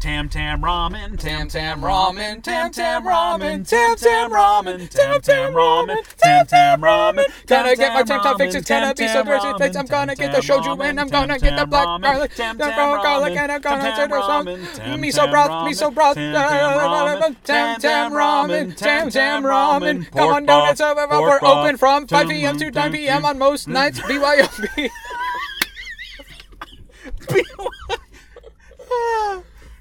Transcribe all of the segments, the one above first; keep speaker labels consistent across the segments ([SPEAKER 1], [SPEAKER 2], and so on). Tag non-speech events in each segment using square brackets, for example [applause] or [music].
[SPEAKER 1] Tam Tam Ramen,
[SPEAKER 2] Tam
[SPEAKER 1] Tam
[SPEAKER 2] Tam
[SPEAKER 1] Tam Ramen,
[SPEAKER 2] Ramen, Tam
[SPEAKER 1] Tam
[SPEAKER 2] Tam
[SPEAKER 1] Tam
[SPEAKER 2] Ramen,
[SPEAKER 1] Ramen,
[SPEAKER 2] Tam
[SPEAKER 1] Tam
[SPEAKER 2] Tam
[SPEAKER 1] Tam Ramen, Tam Tam
[SPEAKER 2] Ramen, Tam Tam Ramen,
[SPEAKER 1] Ramen, Tam Tam Ramen.
[SPEAKER 2] Tam Tam Ramen, Gotta get my Tam Tam fixes, gotta be so
[SPEAKER 1] rich
[SPEAKER 2] dirty, thanks, I'm gonna get the shoju, and I'm gonna get the black garlic, the
[SPEAKER 1] Tam
[SPEAKER 2] brown
[SPEAKER 1] Tam
[SPEAKER 2] garlic,
[SPEAKER 1] Ramen,
[SPEAKER 2] and
[SPEAKER 1] Tam
[SPEAKER 2] I'm gonna
[SPEAKER 1] Tam
[SPEAKER 2] get the some
[SPEAKER 1] Ramen, Tam
[SPEAKER 2] miso broth, miso broth,
[SPEAKER 1] Tam Tam Ramen,
[SPEAKER 2] Tam Tam Ramen, Tam Tam Ramen. Come
[SPEAKER 1] Pork
[SPEAKER 2] on down,
[SPEAKER 1] broth,
[SPEAKER 2] it's over,
[SPEAKER 1] pork
[SPEAKER 2] we're
[SPEAKER 1] broth,
[SPEAKER 2] open from 5
[SPEAKER 1] Tam
[SPEAKER 2] p.m. to
[SPEAKER 1] Tam Tam
[SPEAKER 2] 9 p.m. on most nights, BYOB.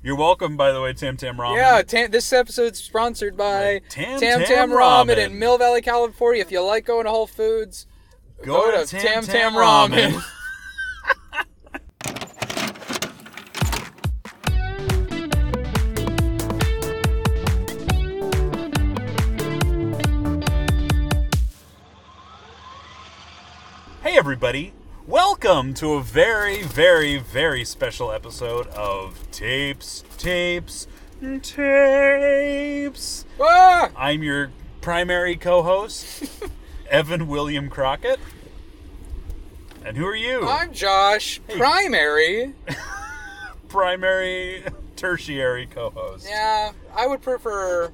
[SPEAKER 1] You're welcome, by the way, Tam Tam Ramen.
[SPEAKER 2] Yeah, tam, this episode's sponsored by Tam
[SPEAKER 1] Tam
[SPEAKER 2] Tam,
[SPEAKER 1] Tam
[SPEAKER 2] Ramen.
[SPEAKER 1] Ramen.
[SPEAKER 2] in Mill Valley, California. If you like going to Whole Foods, go, to Tam Tam, Ramen. [laughs]
[SPEAKER 1] hey, everybody. Welcome to a very, very, very special episode of Tapes, Tapes, Tapes.
[SPEAKER 2] Ah!
[SPEAKER 1] I'm your primary co
[SPEAKER 2] [laughs]
[SPEAKER 1] host, Evan William Crockett. And who are you?
[SPEAKER 2] I'm Josh,
[SPEAKER 1] [laughs]
[SPEAKER 2] primary.
[SPEAKER 1] primary, [laughs] tertiary co host.
[SPEAKER 2] Yeah, I would prefer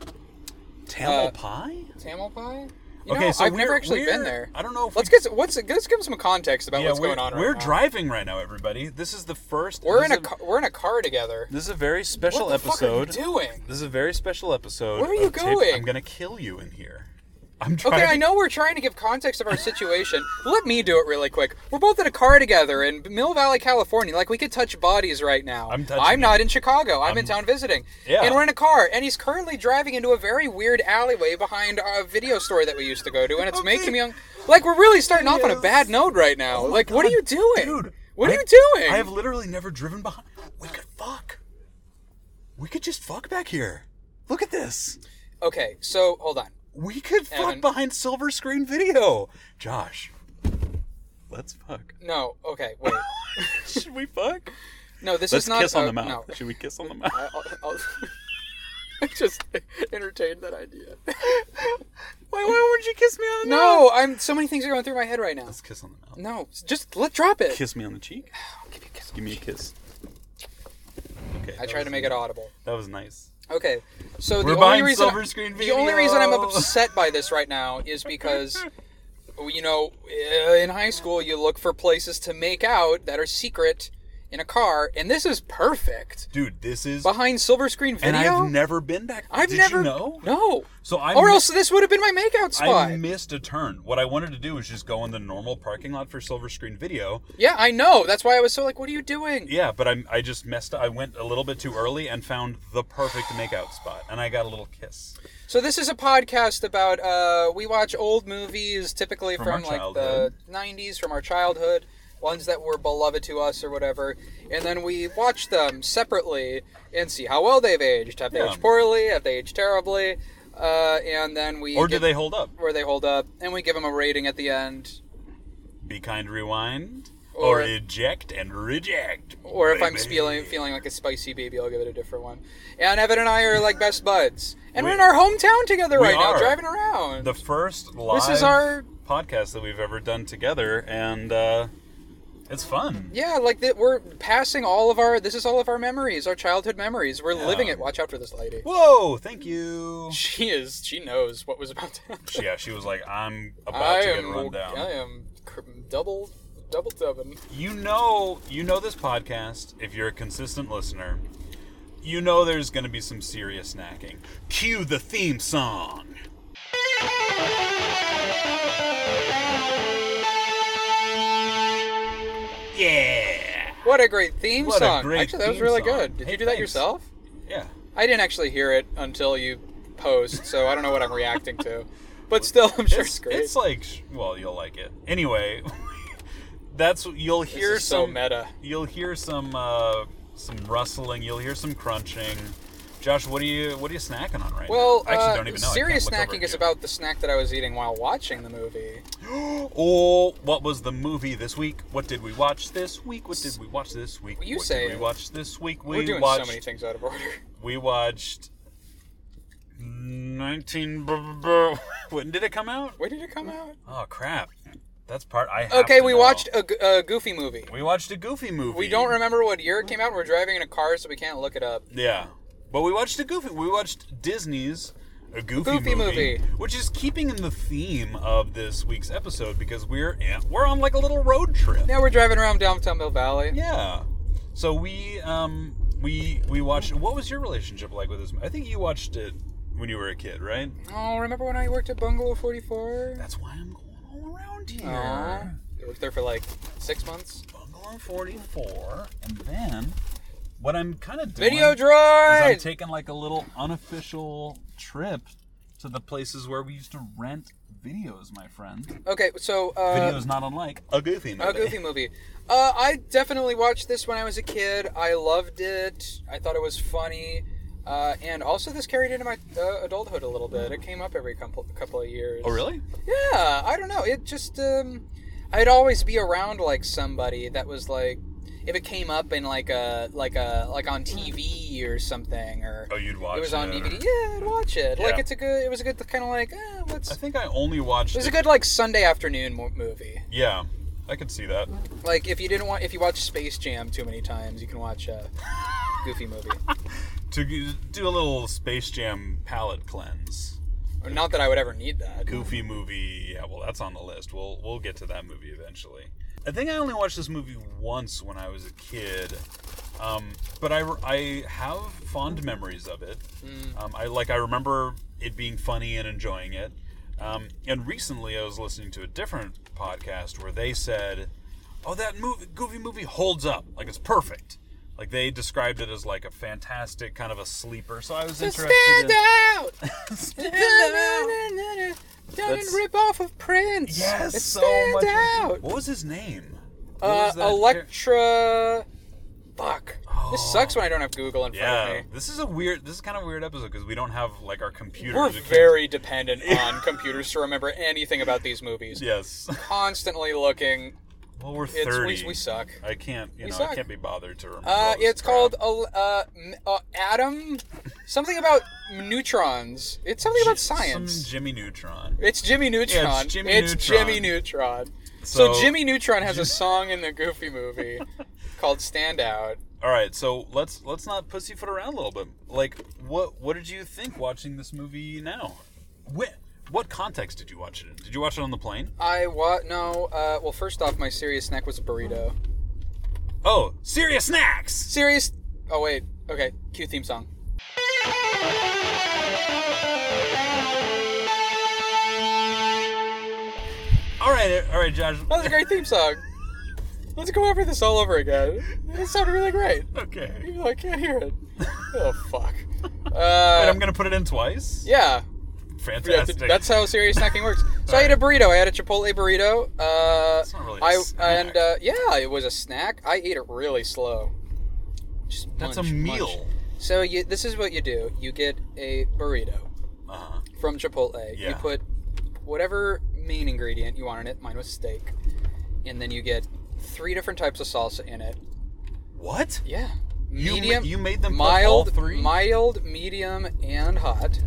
[SPEAKER 1] Tamil
[SPEAKER 2] Uh,
[SPEAKER 1] pie?
[SPEAKER 2] Tamil Pie. You
[SPEAKER 1] Okay,
[SPEAKER 2] know,
[SPEAKER 1] so
[SPEAKER 2] I've
[SPEAKER 1] we're,
[SPEAKER 2] never actually been
[SPEAKER 1] we're-
[SPEAKER 2] there.
[SPEAKER 1] I don't know if
[SPEAKER 2] Let's
[SPEAKER 1] we-
[SPEAKER 2] get some, what's let's give some context about
[SPEAKER 1] yeah,
[SPEAKER 2] what's
[SPEAKER 1] we're,
[SPEAKER 2] going on right
[SPEAKER 1] we're
[SPEAKER 2] now.
[SPEAKER 1] driving right now, everybody. This is the first.
[SPEAKER 2] We're
[SPEAKER 1] this
[SPEAKER 2] in a
[SPEAKER 1] is
[SPEAKER 2] ca- we're in a car together.
[SPEAKER 1] This is a very special
[SPEAKER 2] What the fuck are you
[SPEAKER 1] episode.
[SPEAKER 2] doing?
[SPEAKER 1] This is a very special episode.
[SPEAKER 2] Where are you
[SPEAKER 1] of Tape-
[SPEAKER 2] going?
[SPEAKER 1] I'm gonna kill you in here. I'm trying.
[SPEAKER 2] Okay, I know we're trying to give context of our situation. Let me do it really quick. We're both in a car together in Mill Valley, California. Like we could touch bodies right now.
[SPEAKER 1] I'm touching
[SPEAKER 2] I'm
[SPEAKER 1] you.
[SPEAKER 2] not in Chicago. I'm, in town visiting.
[SPEAKER 1] Yeah.
[SPEAKER 2] And we're in a car, and he's currently driving into a very weird alleyway behind a video store that we used to go to, and it's making me un- like we're really starting off on a
[SPEAKER 1] Yes. Oh
[SPEAKER 2] bad note right now.
[SPEAKER 1] my
[SPEAKER 2] like, what are
[SPEAKER 1] God,
[SPEAKER 2] you doing,
[SPEAKER 1] dude?
[SPEAKER 2] What are
[SPEAKER 1] I-
[SPEAKER 2] you doing?
[SPEAKER 1] I have literally never driven behind. We could fuck. We could just fuck back here. Look at this.
[SPEAKER 2] Okay, so hold on.
[SPEAKER 1] We could fuck
[SPEAKER 2] Evan.
[SPEAKER 1] behind silver screen video. Josh, let's fuck.
[SPEAKER 2] No. Okay. Wait.
[SPEAKER 1] [laughs] Should we fuck?
[SPEAKER 2] No. This
[SPEAKER 1] Let's
[SPEAKER 2] is not.
[SPEAKER 1] kiss on
[SPEAKER 2] uh,
[SPEAKER 1] the mouth.
[SPEAKER 2] No.
[SPEAKER 1] Should we kiss [laughs] on the mouth?
[SPEAKER 2] I'll, I'll, [laughs] I just entertained that idea.
[SPEAKER 1] Why, why wouldn't you kiss me on the mouth?
[SPEAKER 2] No, I'm. So many things are going through my head right now.
[SPEAKER 1] Let's kiss on the mouth.
[SPEAKER 2] No, just let drop it.
[SPEAKER 1] Kiss me on the cheek.
[SPEAKER 2] Give me a kiss.
[SPEAKER 1] Give me a kiss. Okay.
[SPEAKER 2] I tried to make it audible.
[SPEAKER 1] That was nice.
[SPEAKER 2] Okay, so
[SPEAKER 1] We're
[SPEAKER 2] the only
[SPEAKER 1] buying
[SPEAKER 2] reason
[SPEAKER 1] silver screen
[SPEAKER 2] the only reason
[SPEAKER 1] [laughs]
[SPEAKER 2] I'm
[SPEAKER 1] video.
[SPEAKER 2] upset by this right now is because you know uh, in high school you look for places to make out that are secret in a car, and this is perfect
[SPEAKER 1] Dude, this is.
[SPEAKER 2] behind silver screen video.
[SPEAKER 1] and I've never been back.
[SPEAKER 2] I've
[SPEAKER 1] Did
[SPEAKER 2] never
[SPEAKER 1] You know?
[SPEAKER 2] no.
[SPEAKER 1] So I.
[SPEAKER 2] Or
[SPEAKER 1] mi-
[SPEAKER 2] else this would have been my makeout spot.
[SPEAKER 1] I missed a turn. What I wanted to do was just go in the normal parking lot for silver screen video.
[SPEAKER 2] yeah, I know. That's why I was so like, "What are you doing?"
[SPEAKER 1] Yeah, but I, I just messed. up. I went a little bit too early and found the perfect makeout spot, and I got a little kiss.
[SPEAKER 2] So this is a podcast about uh, we watch old movies, typically
[SPEAKER 1] From our
[SPEAKER 2] from, like the
[SPEAKER 1] childhood.
[SPEAKER 2] '90s, from our childhood, ones that were beloved to us or whatever, and then we watch them separately and see how well they've aged. Have they
[SPEAKER 1] Yeah.
[SPEAKER 2] aged poorly? Have they aged terribly? Uh, and then we
[SPEAKER 1] Or do
[SPEAKER 2] give-
[SPEAKER 1] they hold up?
[SPEAKER 2] where they hold up, and we give them a rating at the end.
[SPEAKER 1] Be kind, rewind, or,
[SPEAKER 2] Or-
[SPEAKER 1] eject and reject.
[SPEAKER 2] Or if I'm
[SPEAKER 1] baby.
[SPEAKER 2] feeling feeling like a spicy baby, I'll give it a different one. And Evan and I are like best buds, and we, are
[SPEAKER 1] We-
[SPEAKER 2] in our hometown together
[SPEAKER 1] we
[SPEAKER 2] right now,
[SPEAKER 1] are.
[SPEAKER 2] driving around.
[SPEAKER 1] the first live
[SPEAKER 2] is our-
[SPEAKER 1] podcast that we've ever done together, and uh, it's fun.
[SPEAKER 2] Yeah, like that we're passing all of our this is all of our memories, our childhood memories. We're living it. Watch out for this lady.
[SPEAKER 1] Whoa! Thank you.
[SPEAKER 2] [laughs] She is she knows what was about to happen.
[SPEAKER 1] Yeah, she was like, "I'm about
[SPEAKER 2] I
[SPEAKER 1] to
[SPEAKER 2] am
[SPEAKER 1] get run down."
[SPEAKER 2] I am cr- double double dubbing.
[SPEAKER 1] You know, you know this podcast. If you're a consistent listener, you know there's going to be some serious snacking. Cue the theme song. Yeah.
[SPEAKER 2] What a great theme
[SPEAKER 1] What a
[SPEAKER 2] song.
[SPEAKER 1] great
[SPEAKER 2] actually that was
[SPEAKER 1] theme
[SPEAKER 2] really
[SPEAKER 1] song.
[SPEAKER 2] good. Did
[SPEAKER 1] Hey,
[SPEAKER 2] you do that
[SPEAKER 1] thanks.
[SPEAKER 2] yourself?
[SPEAKER 1] Yeah.
[SPEAKER 2] I didn't actually hear it until you post, so I don't know what I'm reacting to. But still I'm sure it's,
[SPEAKER 1] It's,
[SPEAKER 2] great.
[SPEAKER 1] it's like, sh- well, you'll like it anyway. [laughs] that's you'll hear
[SPEAKER 2] is so
[SPEAKER 1] some
[SPEAKER 2] meta.
[SPEAKER 1] You'll hear some uh, some rustling. You'll hear some crunching. Josh, what are you what are you snacking on right
[SPEAKER 2] well,
[SPEAKER 1] now? I actually
[SPEAKER 2] uh,
[SPEAKER 1] don't even know. I
[SPEAKER 2] serious
[SPEAKER 1] can't look over
[SPEAKER 2] snacking
[SPEAKER 1] at
[SPEAKER 2] is
[SPEAKER 1] you.
[SPEAKER 2] about the snack that I was eating while watching the movie.
[SPEAKER 1] Oh, what was the movie this week? What did we watch this week? What did we watch this week?
[SPEAKER 2] You
[SPEAKER 1] what
[SPEAKER 2] say
[SPEAKER 1] did
[SPEAKER 2] it.
[SPEAKER 1] we watch this week? We
[SPEAKER 2] We're doing
[SPEAKER 1] watched.
[SPEAKER 2] so many things out of order. [laughs]
[SPEAKER 1] We watched. Nineteen. br- br- br- [laughs] when did it come out?
[SPEAKER 2] When did it come out?
[SPEAKER 1] Oh crap! That's part I have
[SPEAKER 2] Okay,
[SPEAKER 1] to
[SPEAKER 2] we
[SPEAKER 1] know.
[SPEAKER 2] watched a, g- a goofy movie.
[SPEAKER 1] we watched a Goofy movie.
[SPEAKER 2] We don't remember what year it came out. and We're driving in a car, so we can't look it up.
[SPEAKER 1] Yeah, but we watched a Goofy. We watched Disney's a Goofy,
[SPEAKER 2] Goofy movie.
[SPEAKER 1] which is keeping in the theme of this week's episode because we're in, we're on like a little road trip.
[SPEAKER 2] Now we're driving around downtown Mill Valley.
[SPEAKER 1] Yeah. So we um we we watched. What was your relationship like with this? I think you watched it when you were a kid, right?
[SPEAKER 2] Oh, remember when I worked at Bungalow 44?
[SPEAKER 1] That's why I'm going all around here.
[SPEAKER 2] Aw. I worked there for like six months.
[SPEAKER 1] Bungalow 44, and then what I'm kind of doing
[SPEAKER 2] Video
[SPEAKER 1] is I'm
[SPEAKER 2] droid!
[SPEAKER 1] taking like a little unofficial trip to the places where we used to rent videos, my friend.
[SPEAKER 2] okay, so uh,
[SPEAKER 1] Videos not unlike a goofy movie.
[SPEAKER 2] a goofy movie. Uh, I definitely watched this when I was a kid. I loved it. I thought it was funny. Uh, and also, this carried into my uh, adulthood a little bit. It came up every couple couple of years.
[SPEAKER 1] Oh, really?
[SPEAKER 2] Yeah, I don't know. It just um, I'd always be around like somebody that was like, if it came up in like a like a like on TV or something, or
[SPEAKER 1] Oh, you'd watch
[SPEAKER 2] it was on
[SPEAKER 1] it, or-
[SPEAKER 2] DVD. Yeah, I'd watch it. Like
[SPEAKER 1] Yeah.
[SPEAKER 2] it's a good. It was a good kind of like eh, let's.
[SPEAKER 1] I
[SPEAKER 2] It
[SPEAKER 1] think I only watched.
[SPEAKER 2] was a
[SPEAKER 1] it-
[SPEAKER 2] good like Sunday afternoon mo- movie.
[SPEAKER 1] Yeah, I could see that.
[SPEAKER 2] Like if you didn't want if you watch Space Jam too many times, you can watch a Goofy movie.
[SPEAKER 1] To g- do a little Space Jam palette cleanse.
[SPEAKER 2] Or Not that I would ever need that.
[SPEAKER 1] Goofy movie. Yeah, well, that's on the list. We'll we'll get to that movie eventually. I think I only watched this movie once when I was a kid, um, but I, re- I have fond memories of it. Um, I like I remember it being funny and enjoying it. Um, and recently, I was listening to a different podcast where they said, "Oh, that movie, Goofy movie, holds up. Like it's perfect." Like they described it as like a fantastic kind of a sleeper. So I was interested.
[SPEAKER 2] Stand
[SPEAKER 1] in- [laughs]
[SPEAKER 2] out.
[SPEAKER 1] Stand out!
[SPEAKER 2] Doesn't
[SPEAKER 1] That's-
[SPEAKER 2] rip off of Prince.
[SPEAKER 1] Yes,
[SPEAKER 2] It
[SPEAKER 1] so
[SPEAKER 2] stands
[SPEAKER 1] much.
[SPEAKER 2] out.
[SPEAKER 1] What was his name? What
[SPEAKER 2] Uh,
[SPEAKER 1] was that char-
[SPEAKER 2] Electra. Fuck. This
[SPEAKER 1] Oh.
[SPEAKER 2] sucks when I don't have Google in front
[SPEAKER 1] Yeah,
[SPEAKER 2] of me.
[SPEAKER 1] this is a weird. This is kind of a weird episode because we don't have like our computers.
[SPEAKER 2] We're
[SPEAKER 1] We can't-
[SPEAKER 2] very dependent on computers to remember anything about these movies.
[SPEAKER 1] yes. [laughs]
[SPEAKER 2] Constantly looking.
[SPEAKER 1] Well, we're
[SPEAKER 2] It's
[SPEAKER 1] thirty.
[SPEAKER 2] we, we suck.
[SPEAKER 1] I can't. You
[SPEAKER 2] We
[SPEAKER 1] know,
[SPEAKER 2] suck.
[SPEAKER 1] I can't be bothered to remember.
[SPEAKER 2] Uh,
[SPEAKER 1] all this
[SPEAKER 2] it's
[SPEAKER 1] crap.
[SPEAKER 2] called El- uh, m- uh, Adam. Something about neutrons. It's something about
[SPEAKER 1] Ji-
[SPEAKER 2] science.
[SPEAKER 1] Some Jimmy Neutron.
[SPEAKER 2] It's Jimmy Neutron.
[SPEAKER 1] Jimmy Neutron.
[SPEAKER 2] Jimmy Neutron. So,
[SPEAKER 1] So-
[SPEAKER 2] Jimmy Neutron has a song in the Goofy movie called "Stand Out."
[SPEAKER 1] All right, so let's let's not pussyfoot around a little bit. Like, what what did you think watching this movie now? What what context did you watch it in? Did you watch it on the plane?
[SPEAKER 2] I what? No. Uh, well, first off, my serious snack was a burrito.
[SPEAKER 1] Oh, serious snacks.
[SPEAKER 2] Serious. Oh wait. Okay. Cue theme song.
[SPEAKER 1] All right, all right, Josh.
[SPEAKER 2] That was a great theme song. Let's go over this all over again. It sounded really great.
[SPEAKER 1] Okay.
[SPEAKER 2] Even though I can't hear it. Oh fuck.
[SPEAKER 1] Wait,
[SPEAKER 2] Uh,
[SPEAKER 1] I'm gonna put it in twice.
[SPEAKER 2] yeah. Yeah, th-
[SPEAKER 1] Fantastic.
[SPEAKER 2] that's how serious snacking works. So I
[SPEAKER 1] All
[SPEAKER 2] had a burrito. I had a Chipotle burrito. Uh,
[SPEAKER 1] It's not really a
[SPEAKER 2] I
[SPEAKER 1] snack.
[SPEAKER 2] and uh, yeah, it was a snack. I ate it really slow. Just
[SPEAKER 1] That's
[SPEAKER 2] munch,
[SPEAKER 1] a
[SPEAKER 2] munch.
[SPEAKER 1] meal.
[SPEAKER 2] So you, this is what you do: you get a burrito
[SPEAKER 1] Uh-huh.
[SPEAKER 2] from Chipotle. You
[SPEAKER 1] Yeah.
[SPEAKER 2] put whatever main ingredient you want in it. Mine was steak, and then you get three different types of salsa in it.
[SPEAKER 1] What?
[SPEAKER 2] Yeah,
[SPEAKER 1] You ma-
[SPEAKER 2] medium.
[SPEAKER 1] you made them put all
[SPEAKER 2] mild,
[SPEAKER 1] three?
[SPEAKER 2] mild, medium, and hot.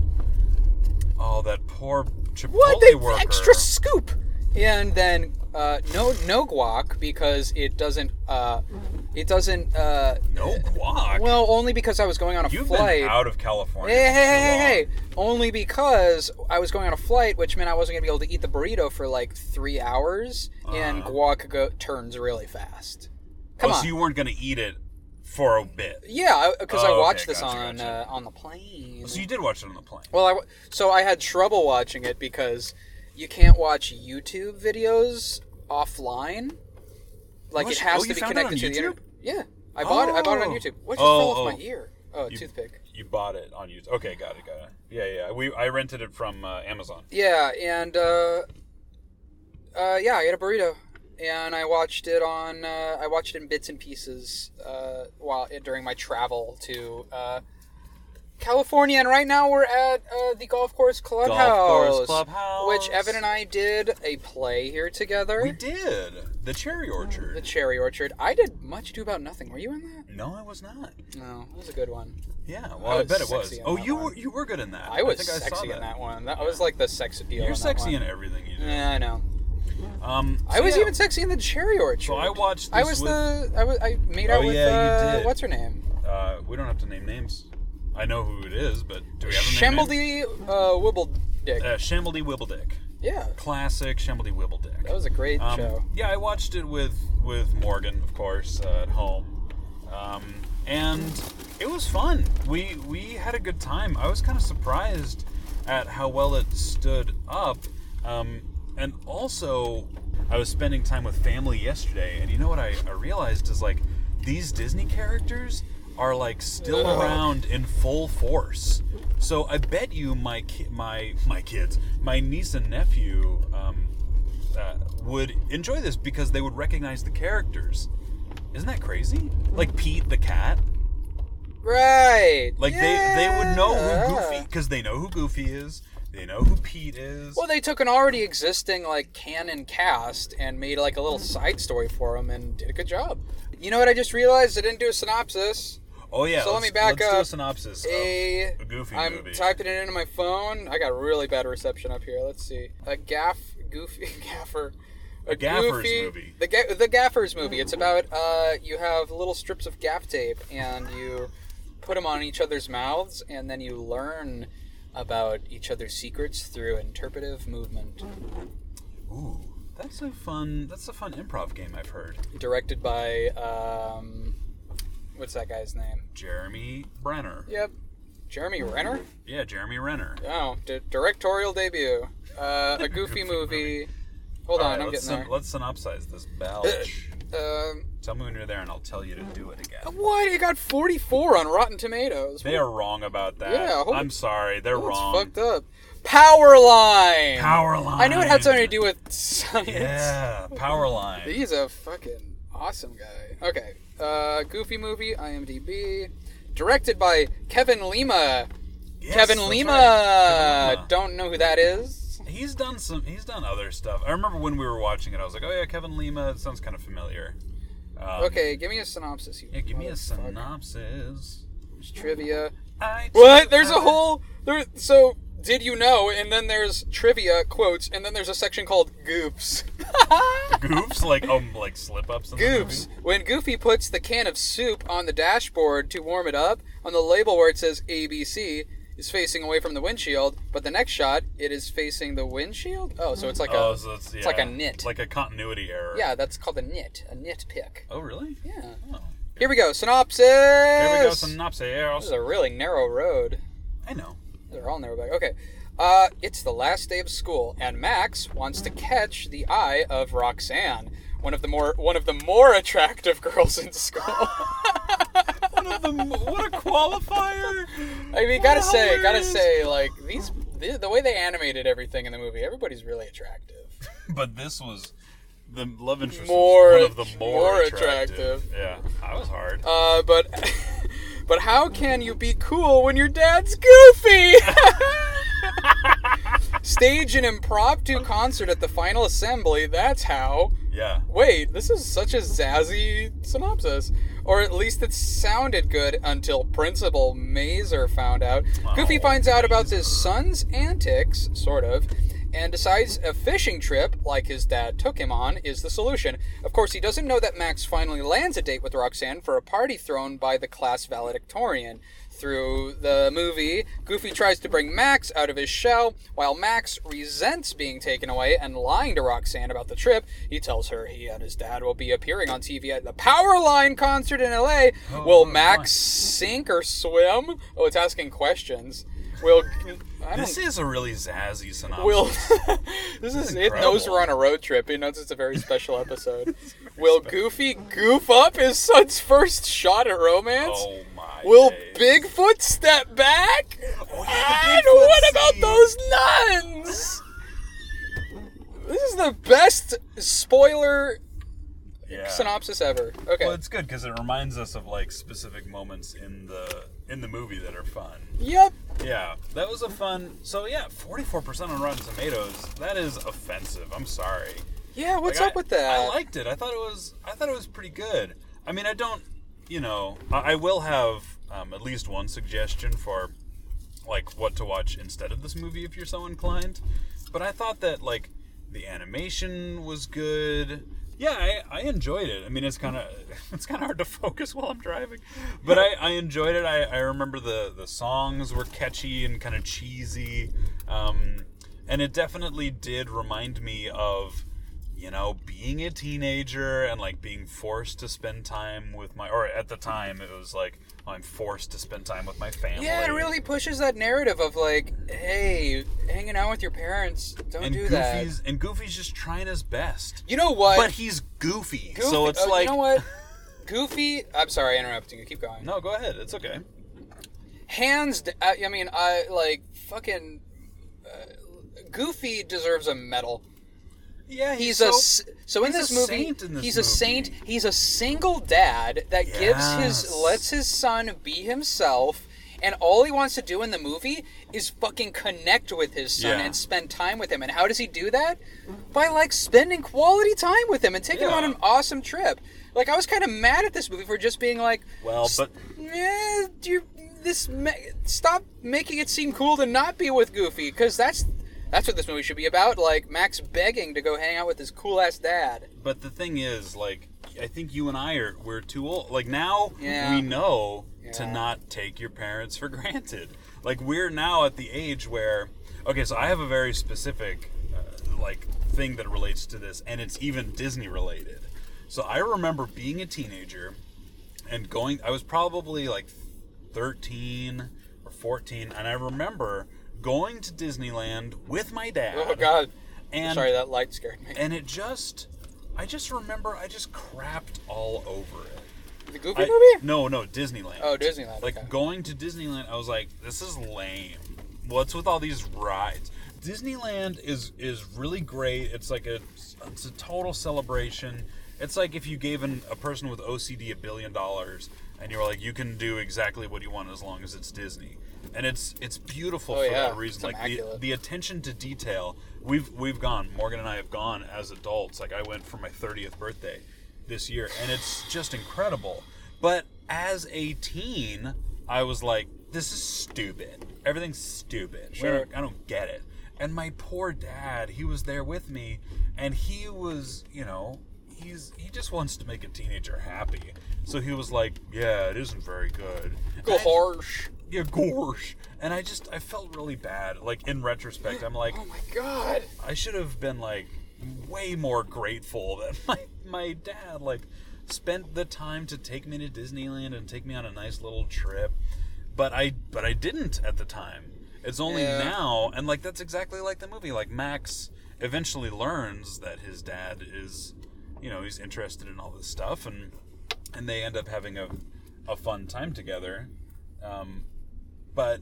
[SPEAKER 1] Oh, that poor Chipotle
[SPEAKER 2] What the
[SPEAKER 1] worker.
[SPEAKER 2] extra scoop? And then uh, no no guac because it doesn't uh, it doesn't uh,
[SPEAKER 1] No guac.
[SPEAKER 2] well only because I was going on a
[SPEAKER 1] You've
[SPEAKER 2] flight.
[SPEAKER 1] been out of California.
[SPEAKER 2] hey hey
[SPEAKER 1] for
[SPEAKER 2] hey
[SPEAKER 1] too
[SPEAKER 2] hey! hey. Only because I was going on a flight, which meant I wasn't gonna be able to eat the burrito for like three hours, and guac go- turns really fast. Come
[SPEAKER 1] long. Uh-huh. Oh,
[SPEAKER 2] on.
[SPEAKER 1] so you weren't gonna eat it for a bit.
[SPEAKER 2] yeah, because
[SPEAKER 1] Oh,
[SPEAKER 2] I
[SPEAKER 1] okay,
[SPEAKER 2] watched this
[SPEAKER 1] gotcha,
[SPEAKER 2] on
[SPEAKER 1] gotcha.
[SPEAKER 2] Uh, on the plane.
[SPEAKER 1] So you did watch it on the plane.
[SPEAKER 2] Well, I w- so I had trouble watching it because you can't watch YouTube videos offline. Like
[SPEAKER 1] What?
[SPEAKER 2] it has
[SPEAKER 1] Oh,
[SPEAKER 2] to
[SPEAKER 1] you
[SPEAKER 2] be
[SPEAKER 1] found it
[SPEAKER 2] connected
[SPEAKER 1] on
[SPEAKER 2] to the
[SPEAKER 1] YouTube?
[SPEAKER 2] internet. Yeah, I bought it. I bought it on
[SPEAKER 1] Oh.
[SPEAKER 2] YouTube. What just
[SPEAKER 1] Oh,
[SPEAKER 2] fell off
[SPEAKER 1] oh.
[SPEAKER 2] my ear? Oh, a
[SPEAKER 1] You-
[SPEAKER 2] toothpick.
[SPEAKER 1] You bought it on YouTube. Okay, got it, got it. Yeah, yeah. We I rented it from uh, Amazon.
[SPEAKER 2] Yeah, and uh, uh, yeah, I ate a burrito, and I watched it on. Uh, I watched it in bits and pieces uh, while during my travel to uh, California, and right now we're at uh, the golf course clubhouse,
[SPEAKER 1] course clubhouse.
[SPEAKER 2] which Evan and I did a play here together.
[SPEAKER 1] We did the
[SPEAKER 2] Oh,
[SPEAKER 1] cherry orchard.
[SPEAKER 2] the Cherry Orchard. I did much do about nothing. Were you in that?
[SPEAKER 1] no, I was not.
[SPEAKER 2] No, that was a good one.
[SPEAKER 1] Yeah,
[SPEAKER 2] I
[SPEAKER 1] well, I,
[SPEAKER 2] was
[SPEAKER 1] bet it
[SPEAKER 2] sexy
[SPEAKER 1] was.
[SPEAKER 2] in
[SPEAKER 1] Oh,
[SPEAKER 2] that
[SPEAKER 1] you
[SPEAKER 2] one.
[SPEAKER 1] were you were good in that.
[SPEAKER 2] I was
[SPEAKER 1] think I saw
[SPEAKER 2] sexy in that one. That was like the sex appeal.
[SPEAKER 1] You're
[SPEAKER 2] in that
[SPEAKER 1] sexy
[SPEAKER 2] one.
[SPEAKER 1] in everything you do.
[SPEAKER 2] Yeah, I know.
[SPEAKER 1] Um,
[SPEAKER 2] I
[SPEAKER 1] so
[SPEAKER 2] was
[SPEAKER 1] yeah.
[SPEAKER 2] even sexy in the cherry orchard.
[SPEAKER 1] So I watched. This
[SPEAKER 2] I was
[SPEAKER 1] with,
[SPEAKER 2] the I was I made
[SPEAKER 1] Oh,
[SPEAKER 2] out with
[SPEAKER 1] yeah, you
[SPEAKER 2] uh,
[SPEAKER 1] did.
[SPEAKER 2] what's her name?
[SPEAKER 1] Uh, we don't have to name names. I know who it is, but do we have a name?
[SPEAKER 2] Shembledy uh, Wibbledick.
[SPEAKER 1] Uh, Shambledy Wibbledick.
[SPEAKER 2] yeah,
[SPEAKER 1] Classic Shambledy Wibbledick.
[SPEAKER 2] that was a great
[SPEAKER 1] Um,
[SPEAKER 2] show.
[SPEAKER 1] Yeah, I watched it with with Morgan, of course, uh, at home, um, and it was fun. We we had a good time. I was kind of surprised at how well it stood up, um, and also I was spending time with family yesterday, and you know what I, I realized is like these Disney characters are like still
[SPEAKER 2] Ugh.
[SPEAKER 1] around in full force. So I bet you my ki- my my kids, my niece and nephew. Um, uh, would enjoy this because they would recognize the characters. Isn't that crazy? Like Pete the cat.
[SPEAKER 2] Right.
[SPEAKER 1] Like they they would know who
[SPEAKER 2] Yeah.
[SPEAKER 1] Goofy because they know who Goofy is. They know who Pete is.
[SPEAKER 2] Well, they took an already existing like canon cast and made like a little side story for him and did a good job. You know what I just realized? I didn't do a synopsis.
[SPEAKER 1] oh yeah.
[SPEAKER 2] so let
[SPEAKER 1] let's-
[SPEAKER 2] me back
[SPEAKER 1] let's do a
[SPEAKER 2] up.
[SPEAKER 1] synopsis. of
[SPEAKER 2] A
[SPEAKER 1] a Goofy
[SPEAKER 2] I'm
[SPEAKER 1] movie.
[SPEAKER 2] typing it into my phone. I got really bad reception up here. Let's see. A gaff goofy [laughs] gaffer.
[SPEAKER 1] A Gaffers movie.
[SPEAKER 2] The ga- the gaffers movie. It's about uh you have little strips of gaff tape and you put them on each other's mouths and then you learn about each other's secrets through interpretive movement.
[SPEAKER 1] Ooh, that's a fun. That's a fun improv game I've heard.
[SPEAKER 2] Directed by um what's that guy's name?
[SPEAKER 1] Jeremy Brenner.
[SPEAKER 2] Yep. Jeremy Renner?
[SPEAKER 1] Yeah, Jeremy Renner.
[SPEAKER 2] Oh, d- directorial debut. Uh, a goofy
[SPEAKER 1] Goofy
[SPEAKER 2] movie. Hold
[SPEAKER 1] All
[SPEAKER 2] on,
[SPEAKER 1] right,
[SPEAKER 2] I'm
[SPEAKER 1] let's,
[SPEAKER 2] getting
[SPEAKER 1] syn-
[SPEAKER 2] there.
[SPEAKER 1] let's synopsize this belch.
[SPEAKER 2] Um,
[SPEAKER 1] Tell me when you're there, and I'll tell you to do it again.
[SPEAKER 2] what? It got 44 on Rotten Tomatoes.
[SPEAKER 1] They are wrong about that.
[SPEAKER 2] Yeah, hold-
[SPEAKER 1] I'm sorry. They're
[SPEAKER 2] That's
[SPEAKER 1] wrong.
[SPEAKER 2] fucked up. Powerline.
[SPEAKER 1] Power line.
[SPEAKER 2] I knew it had something to do with science.
[SPEAKER 1] [laughs] Yeah, power line.
[SPEAKER 2] He's a fucking awesome guy. Okay. Uh, goofy movie, IMDb. Directed by Kevin Lima.
[SPEAKER 1] Yes,
[SPEAKER 2] Kevin,
[SPEAKER 1] that's
[SPEAKER 2] Lima. uh,
[SPEAKER 1] right. Kevin Lima.
[SPEAKER 2] Don't know who that is.
[SPEAKER 1] He's done some. He's done other stuff. I remember when we were watching it, I was like, "Oh yeah, Kevin Lima. It sounds kind of familiar." Um,
[SPEAKER 2] Okay, give me a synopsis. You
[SPEAKER 1] Yeah, give me a
[SPEAKER 2] motherfucker.
[SPEAKER 1] synopsis.
[SPEAKER 2] Trivia.
[SPEAKER 1] I
[SPEAKER 2] What? There's a whole there. So did you know? And then there's trivia quotes, and then there's a section called Goops.
[SPEAKER 1] [laughs] goofs like oh like slip ups.
[SPEAKER 2] Goops. When Goofy puts the can of soup on the dashboard to warm it up, on the label where it says ABC is facing away from the windshield, but the next shot it is facing the windshield. Oh, so it's like
[SPEAKER 1] Oh,
[SPEAKER 2] a
[SPEAKER 1] so it's, yeah,
[SPEAKER 2] like a nit.
[SPEAKER 1] like a continuity error.
[SPEAKER 2] yeah. That's called a nit. A nitpick.
[SPEAKER 1] Oh really?
[SPEAKER 2] Yeah.
[SPEAKER 1] Oh.
[SPEAKER 2] Here we go. Synopsis.
[SPEAKER 1] Here we go.
[SPEAKER 2] This
[SPEAKER 1] Synopsis.
[SPEAKER 2] is a really narrow road.
[SPEAKER 1] I
[SPEAKER 2] [laughs]
[SPEAKER 1] know.
[SPEAKER 2] They're all narrowback. Okay. Uh, it's the last day of school, and Max wants to catch the eye of Roxanne, one of the more one of the more [laughs] attractive girls in school. [laughs]
[SPEAKER 1] One of them. What a qualifier.
[SPEAKER 2] [laughs] I mean, gotta
[SPEAKER 1] What
[SPEAKER 2] say, gotta
[SPEAKER 1] hilarious.
[SPEAKER 2] say, like these the, the way they animated everything in the movie, everybody's really attractive.
[SPEAKER 1] But this was the love interest was
[SPEAKER 2] More
[SPEAKER 1] one of the
[SPEAKER 2] att-
[SPEAKER 1] more,
[SPEAKER 2] more
[SPEAKER 1] attractive. Yeah, I was hard.
[SPEAKER 2] Uh, but [laughs] but how can you be cool when your dad's goofy? [laughs] Stage an impromptu concert at the final assembly. That's how.
[SPEAKER 1] yeah,
[SPEAKER 2] Wait, this is such a zazzy synopsis. Or at least it sounded good until Principal Mazer found out. Goofy
[SPEAKER 1] Oh,
[SPEAKER 2] finds out about his son's antics, sort of, and decides a fishing trip, like his dad took him on, is the solution. Of course, he doesn't know that Max finally lands a date with Roxanne for a party thrown by the class valedictorian. Through the movie, Goofy tries to bring Max out of his shell. While Max resents being taken away and lying to Roxanne about the trip, he tells her he and his dad will be appearing on TV at the Powerline concert in LA. will
[SPEAKER 1] Oh my.
[SPEAKER 2] Max sink or swim? Oh, it's asking questions. Will I don't
[SPEAKER 1] this is a really zazzy synopsis.
[SPEAKER 2] Will [laughs] this is it
[SPEAKER 1] incredible.
[SPEAKER 2] knows we're on a road trip. It knows it's a very special
[SPEAKER 1] [laughs]
[SPEAKER 2] episode. Will Goofy goof up his son's first shot at romance?
[SPEAKER 1] oh my.
[SPEAKER 2] Will
[SPEAKER 1] days.
[SPEAKER 2] Bigfoot step back?
[SPEAKER 1] Oh, yeah,
[SPEAKER 2] And
[SPEAKER 1] the Bigfoot
[SPEAKER 2] what about
[SPEAKER 1] scene.
[SPEAKER 2] those nuns? This is the best spoiler
[SPEAKER 1] Yeah.
[SPEAKER 2] synopsis ever. Okay.
[SPEAKER 1] Well, it's good because it reminds us of like specific moments in the in the movie that are fun.
[SPEAKER 2] yep.
[SPEAKER 1] Yeah, that was a fun. So yeah, forty four percent on Rotten Tomatoes. That is offensive. I'm sorry.
[SPEAKER 2] Yeah, what's
[SPEAKER 1] Like, I-
[SPEAKER 2] up with that?
[SPEAKER 1] I liked it. I thought it was. I thought it was pretty good. I mean, I don't. You know, I, I will have um, at least one suggestion for like what to watch instead of this movie if you're so inclined. But I thought that like The animation was good. Yeah, I, I enjoyed it. I mean, it's kind of [laughs] it's kind of hard to focus while I'm driving, but I, I enjoyed it. I, I remember the the songs were catchy and kind of cheesy, um, and it definitely did remind me of you know being a teenager and like being forced to spend time with my or at the time it was like oh, I'm forced to spend time with my family.
[SPEAKER 2] Yeah, it really pushes that narrative of like, hey, hanging out with your parents, don't
[SPEAKER 1] and
[SPEAKER 2] do that.
[SPEAKER 1] Goofy's and Goofy's just trying his best.
[SPEAKER 2] You know what?
[SPEAKER 1] But he's goofy,
[SPEAKER 2] Goofy,
[SPEAKER 1] so it's
[SPEAKER 2] oh,
[SPEAKER 1] like
[SPEAKER 2] you
[SPEAKER 1] [laughs]
[SPEAKER 2] know what? Goofy. I'm sorry, I interrupted you. Keep going.
[SPEAKER 1] No, go ahead. It's okay.
[SPEAKER 2] Hands. d- I I mean, I like fucking. Uh, Goofy deserves a medal.
[SPEAKER 1] Yeah,
[SPEAKER 2] He's a s- so in
[SPEAKER 1] he's
[SPEAKER 2] this
[SPEAKER 1] a
[SPEAKER 2] movie
[SPEAKER 1] saint in this
[SPEAKER 2] he's
[SPEAKER 1] movie.
[SPEAKER 2] a saint. He's a single dad that gives
[SPEAKER 1] Yes.
[SPEAKER 2] his lets his son be himself, and all he wants to do in the movie is fucking connect with his son
[SPEAKER 1] Yeah.
[SPEAKER 2] and spend time with him. And how does he do that? By like spending quality time with him and taking him on
[SPEAKER 1] Yeah.
[SPEAKER 2] an awesome trip. Like I was kind of mad at this movie for just being like,
[SPEAKER 1] Well, but
[SPEAKER 2] eh, you this ma- stop making it seem cool to not be with Goofy because that's that's what this movie should be about. Like Max begging to go hang out with his cool ass dad.
[SPEAKER 1] but the thing is, like, I think you and I are we're too old. Like now,
[SPEAKER 2] Yeah.
[SPEAKER 1] we know to
[SPEAKER 2] Yeah.
[SPEAKER 1] not take your parents for [laughs] granted. Like we're now at the age where, okay, so I have a very specific, uh, like, thing that relates to this, and it's even Disney related. So I remember being a teenager and going i was probably like 13 or 14 and i remember going to disneyland with my dad
[SPEAKER 2] Oh God!
[SPEAKER 1] and
[SPEAKER 2] Sorry, that light scared me.
[SPEAKER 1] and it just i just remember i just crapped all over it
[SPEAKER 2] The Goofy
[SPEAKER 1] I-
[SPEAKER 2] movie?
[SPEAKER 1] no no disneyland
[SPEAKER 2] Oh, Disneyland.
[SPEAKER 1] like
[SPEAKER 2] okay.
[SPEAKER 1] going to disneyland i was like this is lame what's with all these rides disneyland is is really great it's like a it's a total celebration it's like if you gave an, a person with ocd a billion dollars and you were like you can do exactly what you want as long as it's disney and it's it's beautiful
[SPEAKER 2] Oh,
[SPEAKER 1] for
[SPEAKER 2] yeah.
[SPEAKER 1] that reason
[SPEAKER 2] It's
[SPEAKER 1] like the,
[SPEAKER 2] immaculate.
[SPEAKER 1] the attention to detail we've we've gone morgan and i have gone as adults like i went for my 30th birthday this year and it's just incredible but as a teen i was like this is stupid everything's stupid We
[SPEAKER 2] Sure.
[SPEAKER 1] don't- i don't get it and my poor dad he was there with me and he was you know he's he just wants to make a teenager happy so he was like yeah it isn't very good
[SPEAKER 2] Go
[SPEAKER 1] And I-
[SPEAKER 2] harsh.
[SPEAKER 1] yeah, gorge. And I just I felt really bad. Like in retrospect, I'm like
[SPEAKER 2] Oh my God!
[SPEAKER 1] I should have been like way more grateful that [laughs] my my dad like spent the time to take me to Disneyland and take me on a nice little trip. But I but I didn't at the time. It's only
[SPEAKER 2] Yeah.
[SPEAKER 1] now and like that's exactly like the movie. Like Max eventually learns that his dad is you know, he's interested in all this stuff and and they end up having a a fun time together. Um, but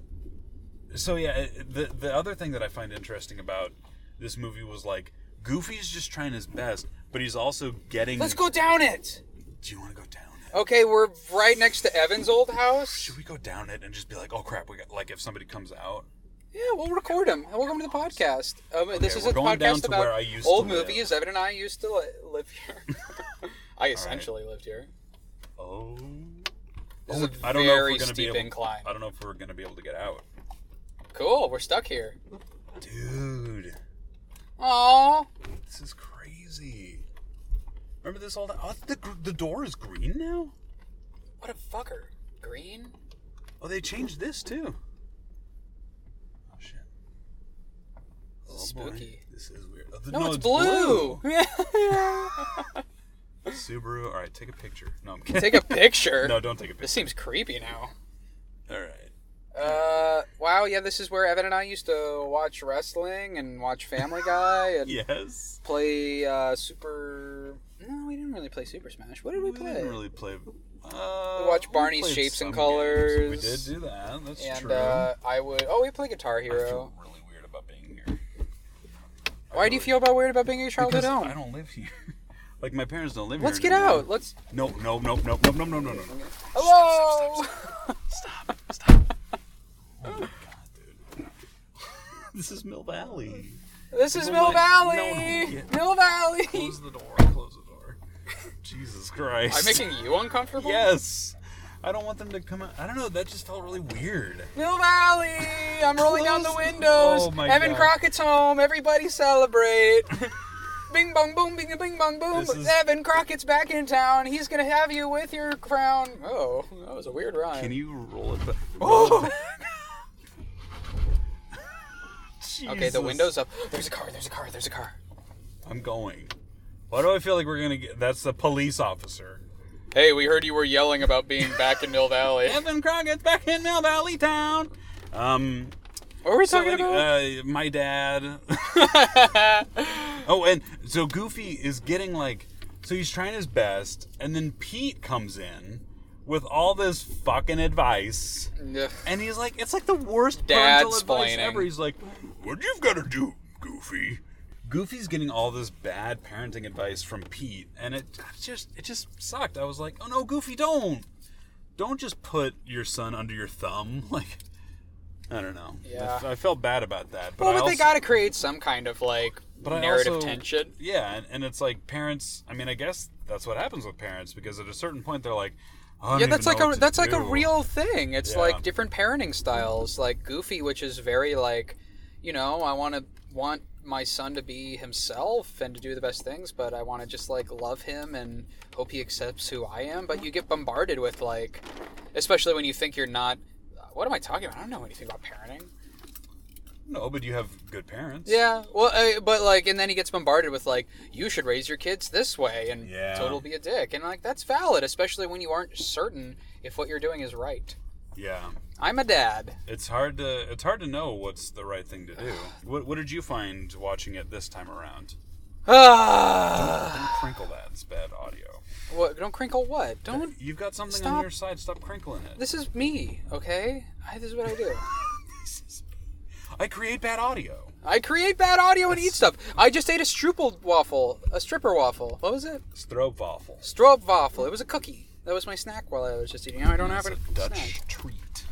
[SPEAKER 1] so yeah, it- the the other thing that I find interesting about this movie was like Goofy's just trying his best, but he's also getting.
[SPEAKER 2] Let's go down it.
[SPEAKER 1] Do you want to go down it?
[SPEAKER 2] Okay, we're right next to Evan's old house.
[SPEAKER 1] Should we go down it and just be like, oh crap, we got like if somebody comes out.
[SPEAKER 2] Yeah, we'll record him. Welcome to the podcast. Um, this
[SPEAKER 1] Okay,
[SPEAKER 2] is
[SPEAKER 1] we're
[SPEAKER 2] a
[SPEAKER 1] going
[SPEAKER 2] podcast
[SPEAKER 1] down to
[SPEAKER 2] about
[SPEAKER 1] where I used to
[SPEAKER 2] old
[SPEAKER 1] live.
[SPEAKER 2] movies. Evan and I used to li- live
[SPEAKER 1] [laughs]
[SPEAKER 2] here. I essentially lived here.
[SPEAKER 1] Oh.
[SPEAKER 2] This is
[SPEAKER 1] Oh,
[SPEAKER 2] a
[SPEAKER 1] I don't know if
[SPEAKER 2] very
[SPEAKER 1] we're gonna be
[SPEAKER 2] steep
[SPEAKER 1] able-
[SPEAKER 2] incline.
[SPEAKER 1] I don't know if we're gonna be able to get out.
[SPEAKER 2] Cool, we're stuck here.
[SPEAKER 1] Dude,
[SPEAKER 2] Oh,
[SPEAKER 1] this is crazy. Remember this old? Oh, the gr- the door is green now.
[SPEAKER 2] what a fucker. Green?
[SPEAKER 1] Oh, they changed this too. Oh shit. Oh,
[SPEAKER 2] This is spooky.
[SPEAKER 1] This is weird. Oh,
[SPEAKER 2] No, it's, blue.
[SPEAKER 1] Subaru. All right, take a picture. No, I'm kidding.
[SPEAKER 2] [laughs] Take a picture.
[SPEAKER 1] no, don't take a
[SPEAKER 2] This
[SPEAKER 1] picture.
[SPEAKER 2] seems creepy now.
[SPEAKER 1] All right.
[SPEAKER 2] Uh, wow, yeah, this is where Evan and I used to watch wrestling and watch Family Guy
[SPEAKER 1] [laughs]
[SPEAKER 2] and
[SPEAKER 1] Yes.
[SPEAKER 2] play uh, Super. No, we didn't really play Super Smash. What did we,
[SPEAKER 1] We
[SPEAKER 2] play?
[SPEAKER 1] didn't really play. Uh,
[SPEAKER 2] We watched
[SPEAKER 1] we
[SPEAKER 2] Barney's
[SPEAKER 1] played
[SPEAKER 2] Shapes
[SPEAKER 1] some
[SPEAKER 2] and
[SPEAKER 1] games.
[SPEAKER 2] Colors.
[SPEAKER 1] We did do that. That's
[SPEAKER 2] and
[SPEAKER 1] true.
[SPEAKER 2] uh, I would. Oh, we play Guitar
[SPEAKER 1] I
[SPEAKER 2] Hero.
[SPEAKER 1] feel really weird about being here.
[SPEAKER 2] Why do you feel about weird about being a childhood
[SPEAKER 1] Because
[SPEAKER 2] home?
[SPEAKER 1] I don't live here. [laughs] Like my parents don't live
[SPEAKER 2] Let's
[SPEAKER 1] here.
[SPEAKER 2] get out. Let's.
[SPEAKER 1] No, no, no, no, no, no, no, no, [laughs] no.
[SPEAKER 2] Hello.
[SPEAKER 1] Stop. Stop. oh my god, dude. this is Mill Valley.
[SPEAKER 2] This is
[SPEAKER 1] People
[SPEAKER 2] Mill
[SPEAKER 1] might-
[SPEAKER 2] Valley.
[SPEAKER 1] no, no, get-
[SPEAKER 2] Mill
[SPEAKER 1] [laughs]
[SPEAKER 2] Valley.
[SPEAKER 1] Close the door. Close the door. Jesus Christ. [laughs]
[SPEAKER 2] I'm making you uncomfortable.
[SPEAKER 1] Yes. I don't want them to come out. I don't know. That just felt really weird.
[SPEAKER 2] Mill Valley! I'm rolling down the
[SPEAKER 1] Close the-
[SPEAKER 2] windows.
[SPEAKER 1] Oh my
[SPEAKER 2] Evan
[SPEAKER 1] God.
[SPEAKER 2] Crockett's home. Everybody [laughs] celebrate. bing bong boom, bing a bing bong boom.
[SPEAKER 1] This is-
[SPEAKER 2] Evan Crockett's back in town. He's gonna have you with your crown. Oh, that was a weird rhyme.
[SPEAKER 1] Can you roll [laughs] it? Back?
[SPEAKER 2] Oh! okay, the
[SPEAKER 1] Jesus.
[SPEAKER 2] window's up. There's a car. There's a car. There's a car.
[SPEAKER 1] I'm going. Why do I feel like we're gonna get? That's the police officer.
[SPEAKER 2] Hey, we heard you were yelling about being back in Mill Valley.
[SPEAKER 1] Evan Crockett's back in Mill Valley Town. Um,
[SPEAKER 2] what were we
[SPEAKER 1] so
[SPEAKER 2] talking
[SPEAKER 1] any-
[SPEAKER 2] about?
[SPEAKER 1] uh, my dad. oh, and so Goofy is getting like, so he's trying his best, and then Pete comes in with all this fucking advice.
[SPEAKER 2] Ugh.
[SPEAKER 1] And he's like, it's like the worst
[SPEAKER 2] Dad
[SPEAKER 1] parental advice
[SPEAKER 2] splaining.
[SPEAKER 1] ever. He's like, what you've got to do, Goofy. Goofy's getting all this bad parenting advice from Pete, and it just it just sucked. I was like, oh no, Goofy, don't, don't just put your son under your thumb. [laughs] Like, I don't know.
[SPEAKER 2] Yeah.
[SPEAKER 1] I, I felt bad about that. But
[SPEAKER 2] well,
[SPEAKER 1] I
[SPEAKER 2] but they
[SPEAKER 1] also-
[SPEAKER 2] gotta create some kind of like
[SPEAKER 1] but I
[SPEAKER 2] narrative
[SPEAKER 1] also-
[SPEAKER 2] tension.
[SPEAKER 1] Yeah, and, and it's like parents. I mean, I guess that's what happens with parents because at a certain point they're like, I don't
[SPEAKER 2] yeah
[SPEAKER 1] even
[SPEAKER 2] that's like
[SPEAKER 1] know
[SPEAKER 2] a
[SPEAKER 1] what to
[SPEAKER 2] that's like a
[SPEAKER 1] do.
[SPEAKER 2] real thing it's
[SPEAKER 1] Yeah.
[SPEAKER 2] like different parenting styles like goofy which is very like you know i want to want my son to be himself and to do the best things but i want to just like love him and hope he accepts who i am but you get bombarded with like especially when you think you're not what am i talking about i don't know anything about parenting
[SPEAKER 1] No, but you have good parents.
[SPEAKER 2] yeah well uh, but like and then he gets bombarded with like you should raise your kids this way and
[SPEAKER 1] Yeah.
[SPEAKER 2] total be a dick and like that's valid especially when you aren't certain if what you're doing is right
[SPEAKER 1] Yeah.
[SPEAKER 2] i'm a dad [sighs]
[SPEAKER 1] It's hard to it's hard to know what's the right thing to do. what, what did you find watching it this time around?
[SPEAKER 2] Ah.
[SPEAKER 1] Don't crinkle that. It's bad audio.
[SPEAKER 2] What? Don't crinkle what? Don't.
[SPEAKER 1] You've got something on
[SPEAKER 2] Stop.
[SPEAKER 1] your side. Stop crinkling it. [laughs]
[SPEAKER 2] This is me, okay? I, this is what I do.
[SPEAKER 1] I create bad audio.
[SPEAKER 2] I create bad audio and eat stuff. I just ate a strupel waffle, a stripper waffle. What was it?
[SPEAKER 1] Stroopwafel.
[SPEAKER 2] Strobe waffle. It was a cookie. That was my snack while I was just eating. Now I don't have
[SPEAKER 1] It's
[SPEAKER 2] a
[SPEAKER 1] a
[SPEAKER 2] Dutch.
[SPEAKER 1] Dutch
[SPEAKER 2] snack.
[SPEAKER 1] treat.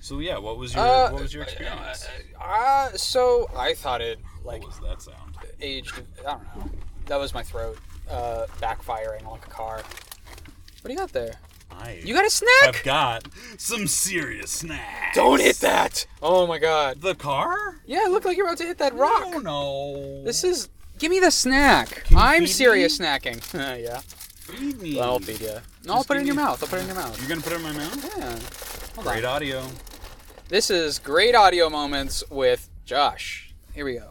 [SPEAKER 1] So yeah, what was your
[SPEAKER 2] Uh,
[SPEAKER 1] what was your experience?
[SPEAKER 2] Ah, so I thought it like
[SPEAKER 1] what was that sound?
[SPEAKER 2] aged. I don't know. That was my throat uh, backfiring like a car. What do you got there?
[SPEAKER 1] I
[SPEAKER 2] You got a snack?
[SPEAKER 1] have got some serious snacks.
[SPEAKER 2] Don't hit that! Oh my god.
[SPEAKER 1] the car.
[SPEAKER 2] Yeah, it looked like you're about to hit that rock.
[SPEAKER 1] No, no.
[SPEAKER 2] This is. Give me the snack.
[SPEAKER 1] you feed
[SPEAKER 2] I'm
[SPEAKER 1] me?
[SPEAKER 2] serious snacking. [laughs] yeah.
[SPEAKER 1] feed me.
[SPEAKER 2] I'll
[SPEAKER 1] You're
[SPEAKER 2] feed you. No, I'll put it in
[SPEAKER 1] give
[SPEAKER 2] your
[SPEAKER 1] me-
[SPEAKER 2] mouth. I'll put it in your mouth.
[SPEAKER 1] gonna put it in my mouth.
[SPEAKER 2] Yeah. Hold
[SPEAKER 1] Great
[SPEAKER 2] on.
[SPEAKER 1] audio.
[SPEAKER 2] This is great audio moments with Josh. Here we go.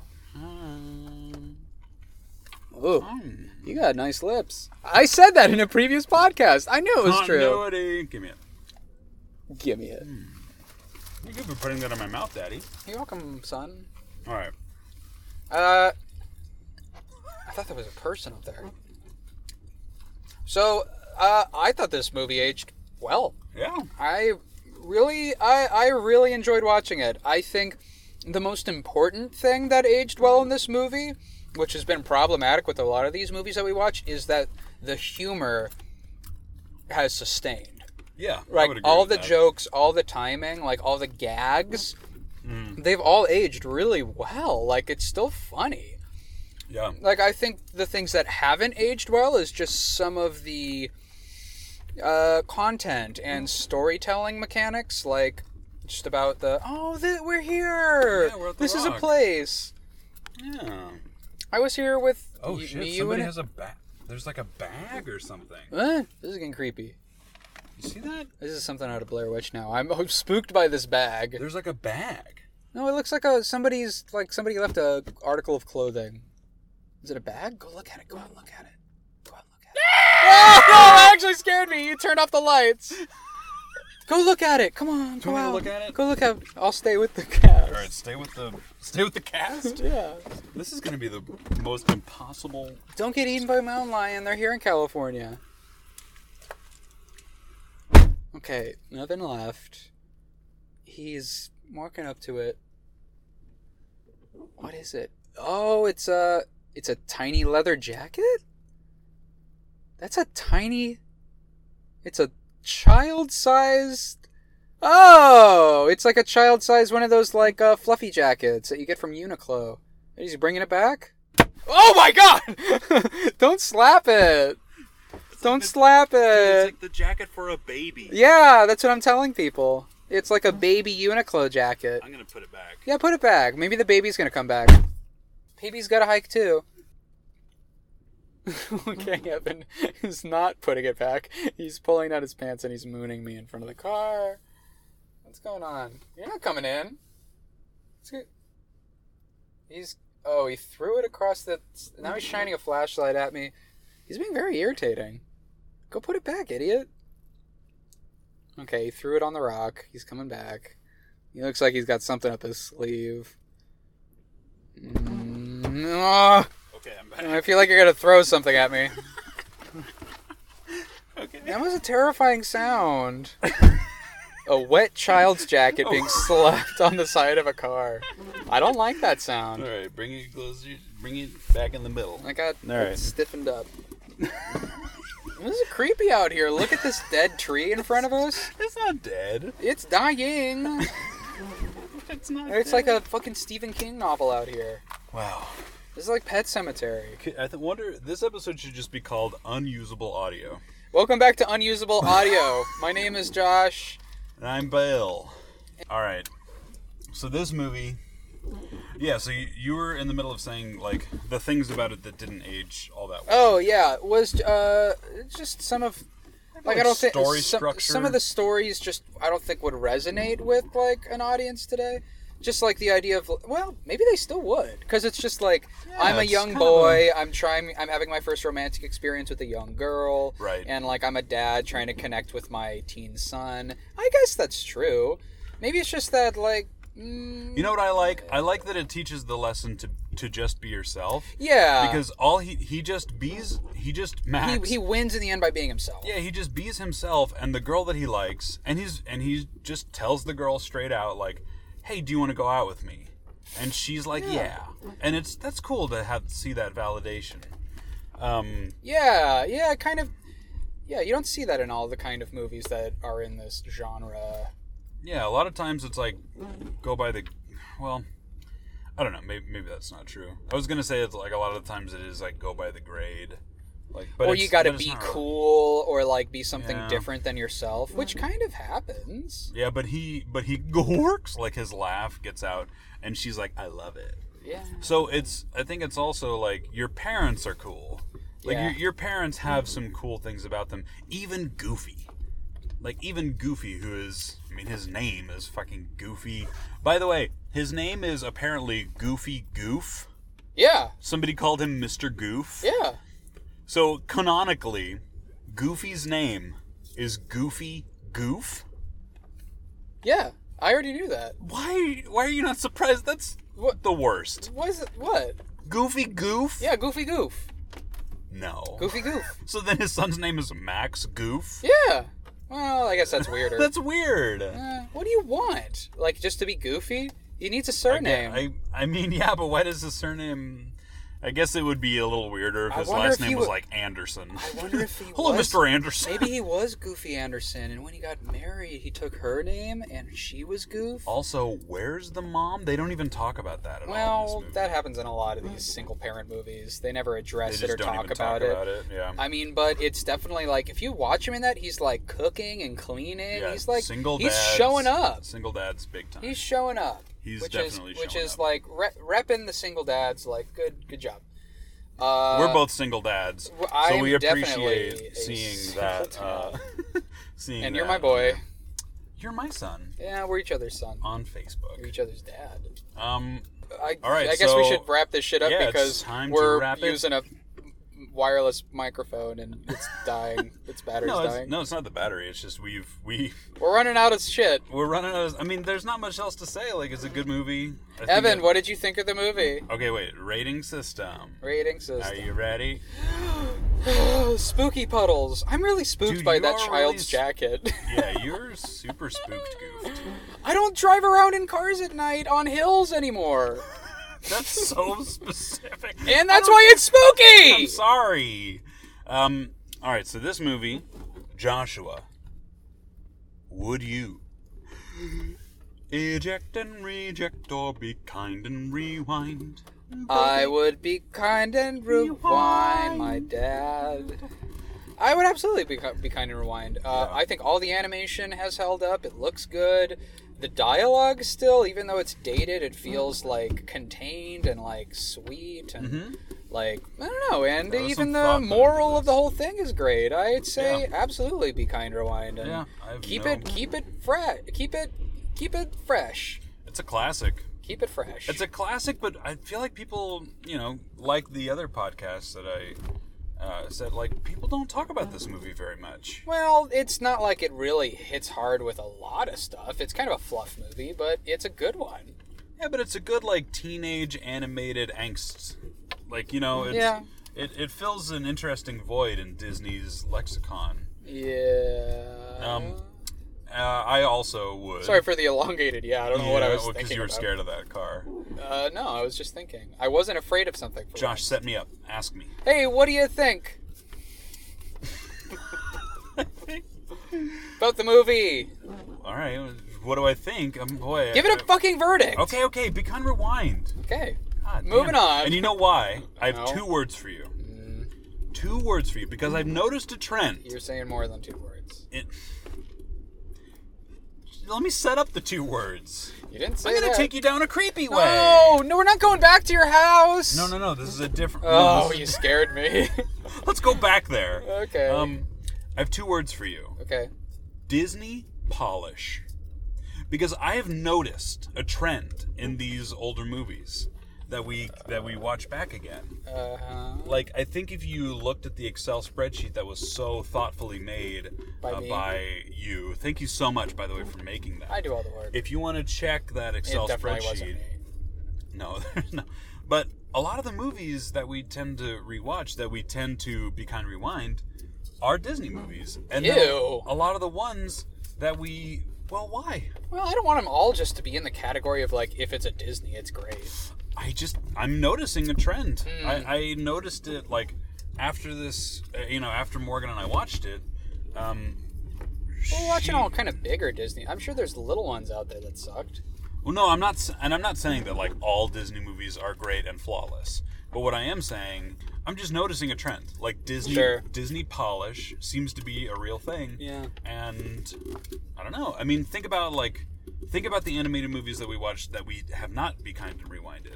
[SPEAKER 2] Ooh,
[SPEAKER 1] Mm.
[SPEAKER 2] you got nice lips. I said that in a previous podcast. I knew it
[SPEAKER 1] Oh,
[SPEAKER 2] was true.
[SPEAKER 1] Continuity. Give me it.
[SPEAKER 2] Give me it.
[SPEAKER 1] Hmm. You could be putting that in my mouth, Daddy.
[SPEAKER 2] You're welcome, son.
[SPEAKER 1] All right.
[SPEAKER 2] Uh, I thought there was a person up there. So, uh, I thought this movie aged well.
[SPEAKER 1] Yeah.
[SPEAKER 2] I really, I, I really enjoyed watching it. I think the most important thing that aged well in this movie, which has been problematic with a lot of these movies that we watch, is that the humor has sustained.
[SPEAKER 1] Yeah. I
[SPEAKER 2] Like
[SPEAKER 1] would agree
[SPEAKER 2] all
[SPEAKER 1] with
[SPEAKER 2] the
[SPEAKER 1] that.
[SPEAKER 2] jokes, all the timing, like all the gags,
[SPEAKER 1] Mm.
[SPEAKER 2] they've all aged really well. Like it's still funny
[SPEAKER 1] Yeah.
[SPEAKER 2] like I think the things that haven't aged well is just some of the uh, content and storytelling mechanics, like just about the oh that we're here,
[SPEAKER 1] Yeah, we're at the
[SPEAKER 2] this is a
[SPEAKER 1] rock."
[SPEAKER 2] place.
[SPEAKER 1] Yeah.
[SPEAKER 2] I was here with
[SPEAKER 1] Oh
[SPEAKER 2] y-
[SPEAKER 1] shit!
[SPEAKER 2] me, you
[SPEAKER 1] Somebody
[SPEAKER 2] and
[SPEAKER 1] has a bag. There's like a bag or something.
[SPEAKER 2] Eh, this is getting creepy.
[SPEAKER 1] You see that?
[SPEAKER 2] This is something out of Blair Witch now. I'm, I'm spooked by this bag.
[SPEAKER 1] There's like a bag.
[SPEAKER 2] No, it looks like a somebody's like somebody left a article of clothing. Is it a bag? Go look at it. Go out and look at it. Go out and
[SPEAKER 1] [laughs]
[SPEAKER 2] look at it. Oh, [laughs] that actually scared me. You turned off
[SPEAKER 1] [laughs]
[SPEAKER 2] the lights. Go look at it. Come on.
[SPEAKER 1] you
[SPEAKER 2] Go
[SPEAKER 1] want me to
[SPEAKER 2] out.
[SPEAKER 1] look at it?
[SPEAKER 2] Go look at it. I'll stay with the cat.
[SPEAKER 1] All right. Stay with the stay with the
[SPEAKER 2] [laughs]
[SPEAKER 1] cast.
[SPEAKER 2] Yeah.
[SPEAKER 1] this is gonna be the most impossible.
[SPEAKER 2] Don't get eaten by a mountain lion. They're here in California. Okay, nothing left. He's walking up to it. What is it? Oh, it's a it's a tiny leather jacket. That's a tiny. It's a child-sized. Oh, it's like a child-sized one of those like uh, fluffy jackets that you get from Uniqlo. [laughs] Is he bringing it back? Oh my god! Don't slap it. Don't slap
[SPEAKER 3] It's
[SPEAKER 2] it.
[SPEAKER 3] like the jacket for a baby.
[SPEAKER 2] Uh, Yeah, that's what I'm telling people. It's like a baby Uniqlo jacket.
[SPEAKER 3] I'm gonna put it back.
[SPEAKER 2] Yeah, put it back. Maybe the baby's gonna come back. Baby's gotta hike too. [laughs] okay, Evan is not putting it back. He's pulling out his pants and he's mooning me in front of the car. What's going on? You're not coming in. It's good. He's oh, he threw it across the. Now he's shining a flashlight at me. He's being very irritating. Go put it back, idiot. Okay, he threw it on the rock. He's coming back. He looks like he's got something up his sleeve. Mm, ah,
[SPEAKER 3] Okay, I'm back.
[SPEAKER 2] I feel like you're gonna throw something at me.
[SPEAKER 3] Okay.
[SPEAKER 2] That was a terrifying
[SPEAKER 1] [laughs]
[SPEAKER 2] sound. a wet child's jacket being
[SPEAKER 1] Oh.
[SPEAKER 2] slapped on the side of a car. I don't like that
[SPEAKER 1] All
[SPEAKER 2] sound.
[SPEAKER 1] right, bring it closer. Bring it back in the middle.
[SPEAKER 2] I got
[SPEAKER 1] All right.
[SPEAKER 2] stiffened up. this is creepy out here. Look at this dead tree in front of us.
[SPEAKER 1] It's not dead.
[SPEAKER 2] It's dying.
[SPEAKER 1] It's not.
[SPEAKER 2] It's like a fucking Stephen King novel out here.
[SPEAKER 1] wow.
[SPEAKER 2] This is like Pet Cemetery.
[SPEAKER 1] Okay, I th- wonder. This episode should just be called "Unusable Audio,"
[SPEAKER 2] Welcome back to Unusable Audio. My name is Josh.
[SPEAKER 1] and I'm Bill. All right. So this movie. Yeah. So you, you were in the middle of saying like the things about it that didn't age all that well.
[SPEAKER 2] Oh yeah, it was uh just some of like I don't think
[SPEAKER 1] Story
[SPEAKER 2] some,
[SPEAKER 1] structure.
[SPEAKER 2] some of the stories just I don't think would resonate with like an audience today. Just like the idea of well, maybe they still would because it's just like I'm a
[SPEAKER 1] it's
[SPEAKER 2] young
[SPEAKER 1] kind of
[SPEAKER 2] boy. i I'm trying. I'm having my first romantic experience with a young girl.
[SPEAKER 1] Right.
[SPEAKER 2] And like I'm a dad trying to connect with my teen son. I guess that's true. Maybe it's just that like. Mm,
[SPEAKER 1] You know what I like? I like that it teaches the lesson to to just be yourself.
[SPEAKER 2] yeah.
[SPEAKER 1] Because all he he just bees he just
[SPEAKER 2] Uh, he,
[SPEAKER 1] max.
[SPEAKER 2] he wins in the end by being himself.
[SPEAKER 1] yeah, he just bees himself and the girl that he likes, and he's and he just tells the girl straight out like, "Hey, do you want to go out with me?" And she's like, "Yeah." And it's that's cool to have see that validation. Um,
[SPEAKER 2] Yeah, yeah, kind of. Yeah, you don't see that in all the kind of movies that are in this genre.
[SPEAKER 1] yeah, a lot of times it's like go by the well, I don't know, maybe maybe that's not true. I was gonna say it's like a lot of the times it is like go by the grade. Like, but
[SPEAKER 2] or
[SPEAKER 1] it's-
[SPEAKER 2] you got to
[SPEAKER 1] but it's
[SPEAKER 2] be
[SPEAKER 1] not really-
[SPEAKER 2] cool, or like be something
[SPEAKER 1] Yeah.
[SPEAKER 2] different than yourself, which kind of happens.
[SPEAKER 1] Yeah, but he but he [laughs] works like his laugh gets out, and she's like, "I love it."
[SPEAKER 2] Yeah.
[SPEAKER 1] So it's I think it's also like your parents are cool. Like
[SPEAKER 2] Yeah.
[SPEAKER 1] your, your parents have some cool things about them. Even Goofy, like even Goofy, who is I mean his name is fucking Goofy. By the way, his name is apparently Goofy Goof.
[SPEAKER 2] Yeah.
[SPEAKER 1] Somebody called him Mr. Goof.
[SPEAKER 2] Yeah.
[SPEAKER 1] So canonically, Goofy's name is Goofy Goof.
[SPEAKER 2] Yeah. I already knew that.
[SPEAKER 1] Why? Why are you not surprised? That's
[SPEAKER 2] What-
[SPEAKER 1] the worst.
[SPEAKER 2] What is it? What?
[SPEAKER 1] Goofy Goof.
[SPEAKER 2] Yeah, Goofy Goof.
[SPEAKER 1] No. [laughs]
[SPEAKER 2] Goofy Goof.
[SPEAKER 1] So then his son's name is Max Goof.
[SPEAKER 2] Yeah. Well, I guess that's weirder.
[SPEAKER 1] That's weird.
[SPEAKER 2] Uh, what do you want? Like, just to be goofy? He needs a
[SPEAKER 1] I,
[SPEAKER 2] surname.
[SPEAKER 1] I I mean [laughs] yeah, but why does his surname? I guess it would be a little weirder if
[SPEAKER 2] I
[SPEAKER 1] his
[SPEAKER 2] wonder
[SPEAKER 1] last
[SPEAKER 2] if
[SPEAKER 1] name
[SPEAKER 2] he
[SPEAKER 1] was
[SPEAKER 2] wa-
[SPEAKER 1] like Anderson.
[SPEAKER 2] wonder if he
[SPEAKER 1] [laughs] Hello,
[SPEAKER 2] was-
[SPEAKER 1] Mr. Anderson.
[SPEAKER 2] Maybe he was Goofy Anderson, and when he got married, he took her name, and she was
[SPEAKER 1] [laughs]
[SPEAKER 2] Goof.
[SPEAKER 1] Also, where's the mom? They don't even talk about that at all. in this
[SPEAKER 2] Well,
[SPEAKER 1] movie.
[SPEAKER 2] that happens in a lot of these single parent movies. They never
[SPEAKER 1] they
[SPEAKER 2] address
[SPEAKER 1] just
[SPEAKER 2] it or
[SPEAKER 1] don't
[SPEAKER 2] talk
[SPEAKER 1] even
[SPEAKER 2] about,
[SPEAKER 1] talk
[SPEAKER 2] it.
[SPEAKER 1] about it. Yeah.
[SPEAKER 2] I mean, but it's definitely like if you watch him in that, he's like cooking and cleaning.
[SPEAKER 1] yeah,
[SPEAKER 2] he's like
[SPEAKER 1] single.
[SPEAKER 2] he's
[SPEAKER 1] dads-
[SPEAKER 2] showing up.
[SPEAKER 1] Single dad's big time.
[SPEAKER 2] He's showing up.
[SPEAKER 1] He's
[SPEAKER 2] which
[SPEAKER 1] definitely
[SPEAKER 2] is, which
[SPEAKER 1] showing
[SPEAKER 2] is
[SPEAKER 1] up.
[SPEAKER 2] like re- repping the single dads. Like good, good job. Uh,
[SPEAKER 1] We're both single dads,
[SPEAKER 2] w- I
[SPEAKER 1] so
[SPEAKER 2] am
[SPEAKER 1] we
[SPEAKER 2] definitely a
[SPEAKER 1] appreciate seeing
[SPEAKER 2] single
[SPEAKER 1] that.
[SPEAKER 2] dad.
[SPEAKER 1] Uh, [laughs] seeing
[SPEAKER 2] and you're
[SPEAKER 1] that
[SPEAKER 2] my
[SPEAKER 1] on
[SPEAKER 2] boy.
[SPEAKER 1] there. You're my son
[SPEAKER 2] Yeah, we're each other's son.
[SPEAKER 1] on
[SPEAKER 2] We're
[SPEAKER 1] Facebook.
[SPEAKER 2] each other's dad.
[SPEAKER 1] Um,
[SPEAKER 2] I,
[SPEAKER 1] All right,
[SPEAKER 2] I guess we
[SPEAKER 1] so-
[SPEAKER 2] should wrap this shit up
[SPEAKER 1] yeah, it's
[SPEAKER 2] because
[SPEAKER 1] time to
[SPEAKER 2] we're
[SPEAKER 1] wrap it.
[SPEAKER 2] using a wireless microphone and
[SPEAKER 1] [laughs]
[SPEAKER 2] it's dying. its battery's
[SPEAKER 1] no,
[SPEAKER 2] dying.
[SPEAKER 1] it's, no, it's not the battery. It's just we've we [laughs]
[SPEAKER 2] We're running out of shit.
[SPEAKER 1] we're running out. Of, I mean, there's not much else to say. Like, it's a good movie. I think
[SPEAKER 2] Evan,
[SPEAKER 1] it-
[SPEAKER 2] what did you think of the movie?
[SPEAKER 1] Okay, wait. Rating system.
[SPEAKER 2] Rating
[SPEAKER 1] Are
[SPEAKER 2] system.
[SPEAKER 1] you ready?
[SPEAKER 2] [gasps] Spooky puddles. I'm really spooked
[SPEAKER 1] Dude,
[SPEAKER 2] by
[SPEAKER 1] you
[SPEAKER 2] that
[SPEAKER 1] are
[SPEAKER 2] child's
[SPEAKER 1] really s- [laughs]
[SPEAKER 2] jacket. [laughs]
[SPEAKER 1] Yeah, you're super spooked, goofed. [laughs]
[SPEAKER 2] I don't drive around in cars at night on hills
[SPEAKER 1] [laughs]
[SPEAKER 2] anymore.
[SPEAKER 1] That's
[SPEAKER 2] [laughs]
[SPEAKER 1] so specific.
[SPEAKER 2] And that's why it's spooky!
[SPEAKER 1] I'm sorry. Um. All right. So this movie, Joshua. Would you eject and reject, or be kind and rewind?
[SPEAKER 2] I would be kind and rewind my dad. I would absolutely be, be kind and rewind. Uh, I think all the animation has held up. It looks good. The dialogue still, even though it's dated,
[SPEAKER 1] Mm-hmm.
[SPEAKER 2] it feels like contained and like sweet and like I don't know. And
[SPEAKER 1] Mm-hmm. There was
[SPEAKER 2] even
[SPEAKER 1] some
[SPEAKER 2] the
[SPEAKER 1] thought put into
[SPEAKER 2] moral of the
[SPEAKER 1] this.
[SPEAKER 2] whole thing is great. I'd say
[SPEAKER 1] Yeah.
[SPEAKER 2] absolutely be kind and rewind and
[SPEAKER 1] Yeah, I have
[SPEAKER 2] keep
[SPEAKER 1] no-
[SPEAKER 2] it keep it fresh. Keep it keep it fresh.
[SPEAKER 1] It's a classic.
[SPEAKER 2] Keep it fresh.
[SPEAKER 1] It's a classic, but I feel like people, you know, like the other podcasts that I uh, said, like people don't talk about this movie very much.
[SPEAKER 2] Well, it's not like it really hits hard with a lot of stuff. It's kind of a fluff movie, but it's a good one.
[SPEAKER 1] Yeah, but it's a good like teenage animated angst. Like you know, it's,
[SPEAKER 2] Yeah.
[SPEAKER 1] it it fills an interesting void in Disney's lexicon.
[SPEAKER 2] Yeah.
[SPEAKER 1] Um, Uh, I also would.
[SPEAKER 2] Sorry for the elongated. Yeah, I don't know what I was
[SPEAKER 1] because
[SPEAKER 2] thinking.
[SPEAKER 1] you were
[SPEAKER 2] about.
[SPEAKER 1] scared of that car.
[SPEAKER 2] Uh, no, I was just thinking. I wasn't afraid of something. For
[SPEAKER 1] Josh, set me up. Ask me.
[SPEAKER 2] once. Hey, what do you think
[SPEAKER 1] [laughs]
[SPEAKER 2] about the movie?
[SPEAKER 1] All right. What do I think? Um, boy.
[SPEAKER 2] Give it a
[SPEAKER 1] I-
[SPEAKER 2] fucking verdict.
[SPEAKER 1] Okay, okay. Be kind. Rewind.
[SPEAKER 2] Okay.
[SPEAKER 1] God,
[SPEAKER 2] Moving
[SPEAKER 1] Ah, damn it.
[SPEAKER 2] on.
[SPEAKER 1] And you know why? I have
[SPEAKER 2] No. Mm.
[SPEAKER 1] two words for you. Two words for you because I've noticed a trend.
[SPEAKER 2] You're saying more than two words.
[SPEAKER 1] It- Let me set up the two words.
[SPEAKER 2] You didn't say
[SPEAKER 1] I'm gonna
[SPEAKER 2] that.
[SPEAKER 1] take you down a creepy way.
[SPEAKER 2] No, no, we're not going back to your house.
[SPEAKER 1] No, no, no. This is a different. no,
[SPEAKER 2] Oh,
[SPEAKER 1] this
[SPEAKER 2] you
[SPEAKER 1] is-
[SPEAKER 2] scared me.
[SPEAKER 1] [laughs]
[SPEAKER 2] [laughs]
[SPEAKER 1] Let's go back there.
[SPEAKER 2] Okay.
[SPEAKER 1] Um, I have two words for you.
[SPEAKER 2] okay.
[SPEAKER 1] Disney polish. Because I have noticed a trend in these older movies that we that we watch back again.
[SPEAKER 2] Uh huh.
[SPEAKER 1] Like I think if you looked at the Excel spreadsheet that was so thoughtfully made
[SPEAKER 2] By
[SPEAKER 1] uh,
[SPEAKER 2] me.
[SPEAKER 1] by you. Thank you so much by the way for making that.
[SPEAKER 2] I do all the work.
[SPEAKER 1] if you want to check that Excel
[SPEAKER 2] it definitely wasn't
[SPEAKER 1] spreadsheet,
[SPEAKER 2] me.
[SPEAKER 1] [laughs] no, there's no. But a lot of the movies that we tend to rewatch, that we tend to be kind of rewind, are Disney movies. And then
[SPEAKER 2] Ew.
[SPEAKER 1] a lot of the ones that we, well, why?
[SPEAKER 2] Well, I don't want them all just to be in the category of like, if it's a Disney, it's great.
[SPEAKER 1] I just, I'm noticing a trend.
[SPEAKER 2] Hmm.
[SPEAKER 1] I, I noticed it like after this, uh, you know, after Morgan and I watched it. Um,
[SPEAKER 2] We're watching
[SPEAKER 1] she-
[SPEAKER 2] all kind of bigger Disney. I'm sure there's little ones out there that sucked.
[SPEAKER 1] Well, no, I'm not, s- and I'm not saying that like all Disney movies are great and flawless. But what I am saying, I'm just noticing a trend. Like Disney,
[SPEAKER 2] Sure.
[SPEAKER 1] Disney polish seems to be a real thing.
[SPEAKER 2] Yeah.
[SPEAKER 1] And I don't know. I mean, think about like, think about the animated movies that we watched that we have not be kind and rewinded.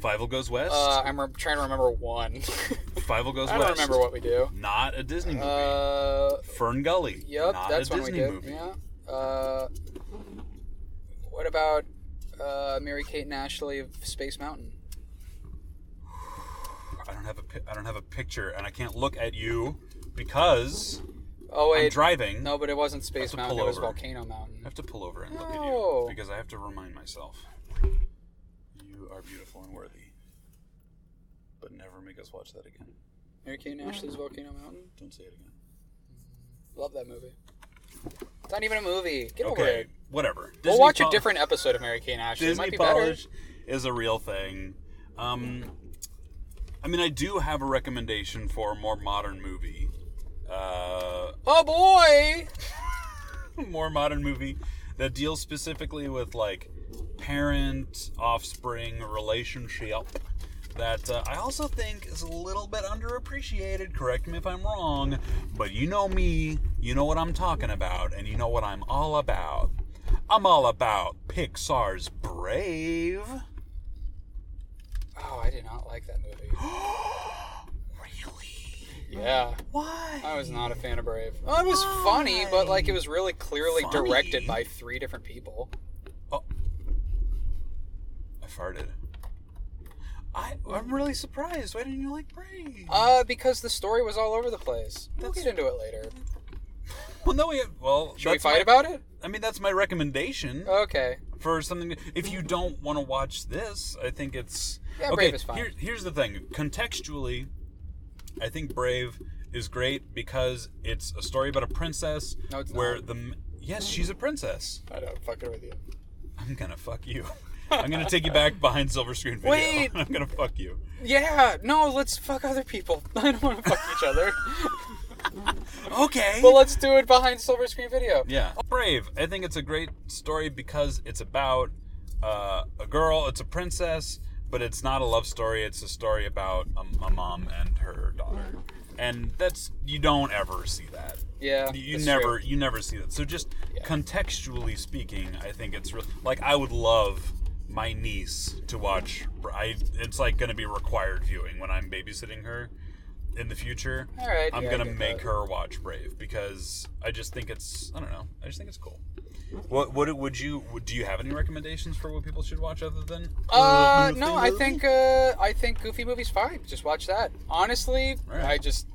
[SPEAKER 1] Five Goes West.
[SPEAKER 2] Uh, I'm re- trying to remember one. [laughs]
[SPEAKER 1] Five Goes
[SPEAKER 2] I
[SPEAKER 1] West.
[SPEAKER 2] don't remember what we do.
[SPEAKER 1] Not a Disney movie.
[SPEAKER 2] Uh,
[SPEAKER 1] Fern Gully.
[SPEAKER 2] yep,
[SPEAKER 1] not
[SPEAKER 2] that's
[SPEAKER 1] a
[SPEAKER 2] one we
[SPEAKER 1] Disney
[SPEAKER 2] did.
[SPEAKER 1] movie.
[SPEAKER 2] Yeah. Uh, what about uh, Mary Kate and Ashley of Space Mountain?
[SPEAKER 1] I don't have a pi- I don't have a picture, and I can't look at you because
[SPEAKER 2] Oh
[SPEAKER 1] I'm
[SPEAKER 2] wait,
[SPEAKER 1] driving.
[SPEAKER 2] no, but it wasn't Space
[SPEAKER 1] to
[SPEAKER 2] Mountain.
[SPEAKER 1] pull
[SPEAKER 2] It was
[SPEAKER 1] over.
[SPEAKER 2] Volcano
[SPEAKER 1] I
[SPEAKER 2] Mountain.
[SPEAKER 1] have to pull over and look
[SPEAKER 2] No.
[SPEAKER 1] at you because I have to remind myself. You are beautiful and worthy. But never make us watch that again.
[SPEAKER 2] Mary Kate and Ashley's Volcano Mountain.
[SPEAKER 1] Don't say it again.
[SPEAKER 2] Love that movie. It's not even a movie. Get over
[SPEAKER 1] Okay,
[SPEAKER 2] it.
[SPEAKER 1] whatever.
[SPEAKER 2] We'll
[SPEAKER 1] Disney
[SPEAKER 2] watch a
[SPEAKER 1] pol-
[SPEAKER 2] different episode of Mary Kate and Ashley. it
[SPEAKER 1] Disney
[SPEAKER 2] might be better.
[SPEAKER 1] polish is a real thing. Um, I mean, I do have a recommendation for a more modern movie. Uh,
[SPEAKER 2] Oh boy!
[SPEAKER 1] [laughs] more modern movie that deals specifically with like parent offspring relationship that uh, I also think is a little bit underappreciated. Correct me if I'm wrong, but you know me, you know what I'm talking about, and you know what I'm all about. I'm all about Pixar's Brave. [gasps]
[SPEAKER 2] Oh, I did not like that movie.
[SPEAKER 1] Really?
[SPEAKER 2] Yeah, I
[SPEAKER 1] Why?
[SPEAKER 2] was not a fan of Brave. Oh, it was funny, but like it was really clearly
[SPEAKER 1] Funny?
[SPEAKER 2] directed by three different people.
[SPEAKER 1] Oh. I farted. I, I'm really surprised. Why didn't you like Brave?
[SPEAKER 2] Uh, because the story was all over the place. We'll
[SPEAKER 1] That's-
[SPEAKER 2] get into it later.
[SPEAKER 1] well, no, we well.
[SPEAKER 2] Should we
[SPEAKER 1] that's my-
[SPEAKER 2] fight Uh. about it?
[SPEAKER 1] I mean, that's my recommendation
[SPEAKER 2] Okay.
[SPEAKER 1] for something. If you don't want to watch this, I think it's
[SPEAKER 2] Yeah,
[SPEAKER 1] okay.
[SPEAKER 2] Brave is fine.
[SPEAKER 1] here- here's the thing: contextually, I think Brave is great because it's a story about a princess.
[SPEAKER 2] No, it's
[SPEAKER 1] where
[SPEAKER 2] not.
[SPEAKER 1] the m- yes, she's a princess.
[SPEAKER 2] I don't fuck it with you.
[SPEAKER 1] I'm gonna fuck you. I'm gonna take you back behind silver screen video.
[SPEAKER 2] Wait.
[SPEAKER 1] [laughs] I'm gonna fuck you.
[SPEAKER 2] Yeah, no, let's fuck other people. [laughs] I don't want to fuck each
[SPEAKER 1] [laughs]
[SPEAKER 2] other.
[SPEAKER 1] Okay.
[SPEAKER 2] but let's do it behind silver screen video.
[SPEAKER 1] Yeah. Oh, Brave. I think it's a great story because it's about uh, a girl, it's a princess, but it's not a love story. It's a story about a, a mom and her daughter. and that's you don't ever see that.
[SPEAKER 2] Yeah.
[SPEAKER 1] You
[SPEAKER 2] that's
[SPEAKER 1] never
[SPEAKER 2] true.
[SPEAKER 1] you never see that. So just
[SPEAKER 2] Yeah.
[SPEAKER 1] contextually speaking, I think it's real. Like I would love my niece to watch. I it's like going to be required viewing when I'm babysitting her in the future.
[SPEAKER 2] All right,
[SPEAKER 1] I'm
[SPEAKER 2] yeah, I
[SPEAKER 1] gonna
[SPEAKER 2] get
[SPEAKER 1] make
[SPEAKER 2] that.
[SPEAKER 1] her watch Brave because I just think it's I don't know. I just think it's cool. What what would you would, do you have any recommendations for what people should watch other than
[SPEAKER 2] Uh,
[SPEAKER 1] Goofy
[SPEAKER 2] no, I
[SPEAKER 1] movie?
[SPEAKER 2] think uh, I think Goofy movie's fine. Just watch that. Honestly,
[SPEAKER 1] Alright.
[SPEAKER 2] I just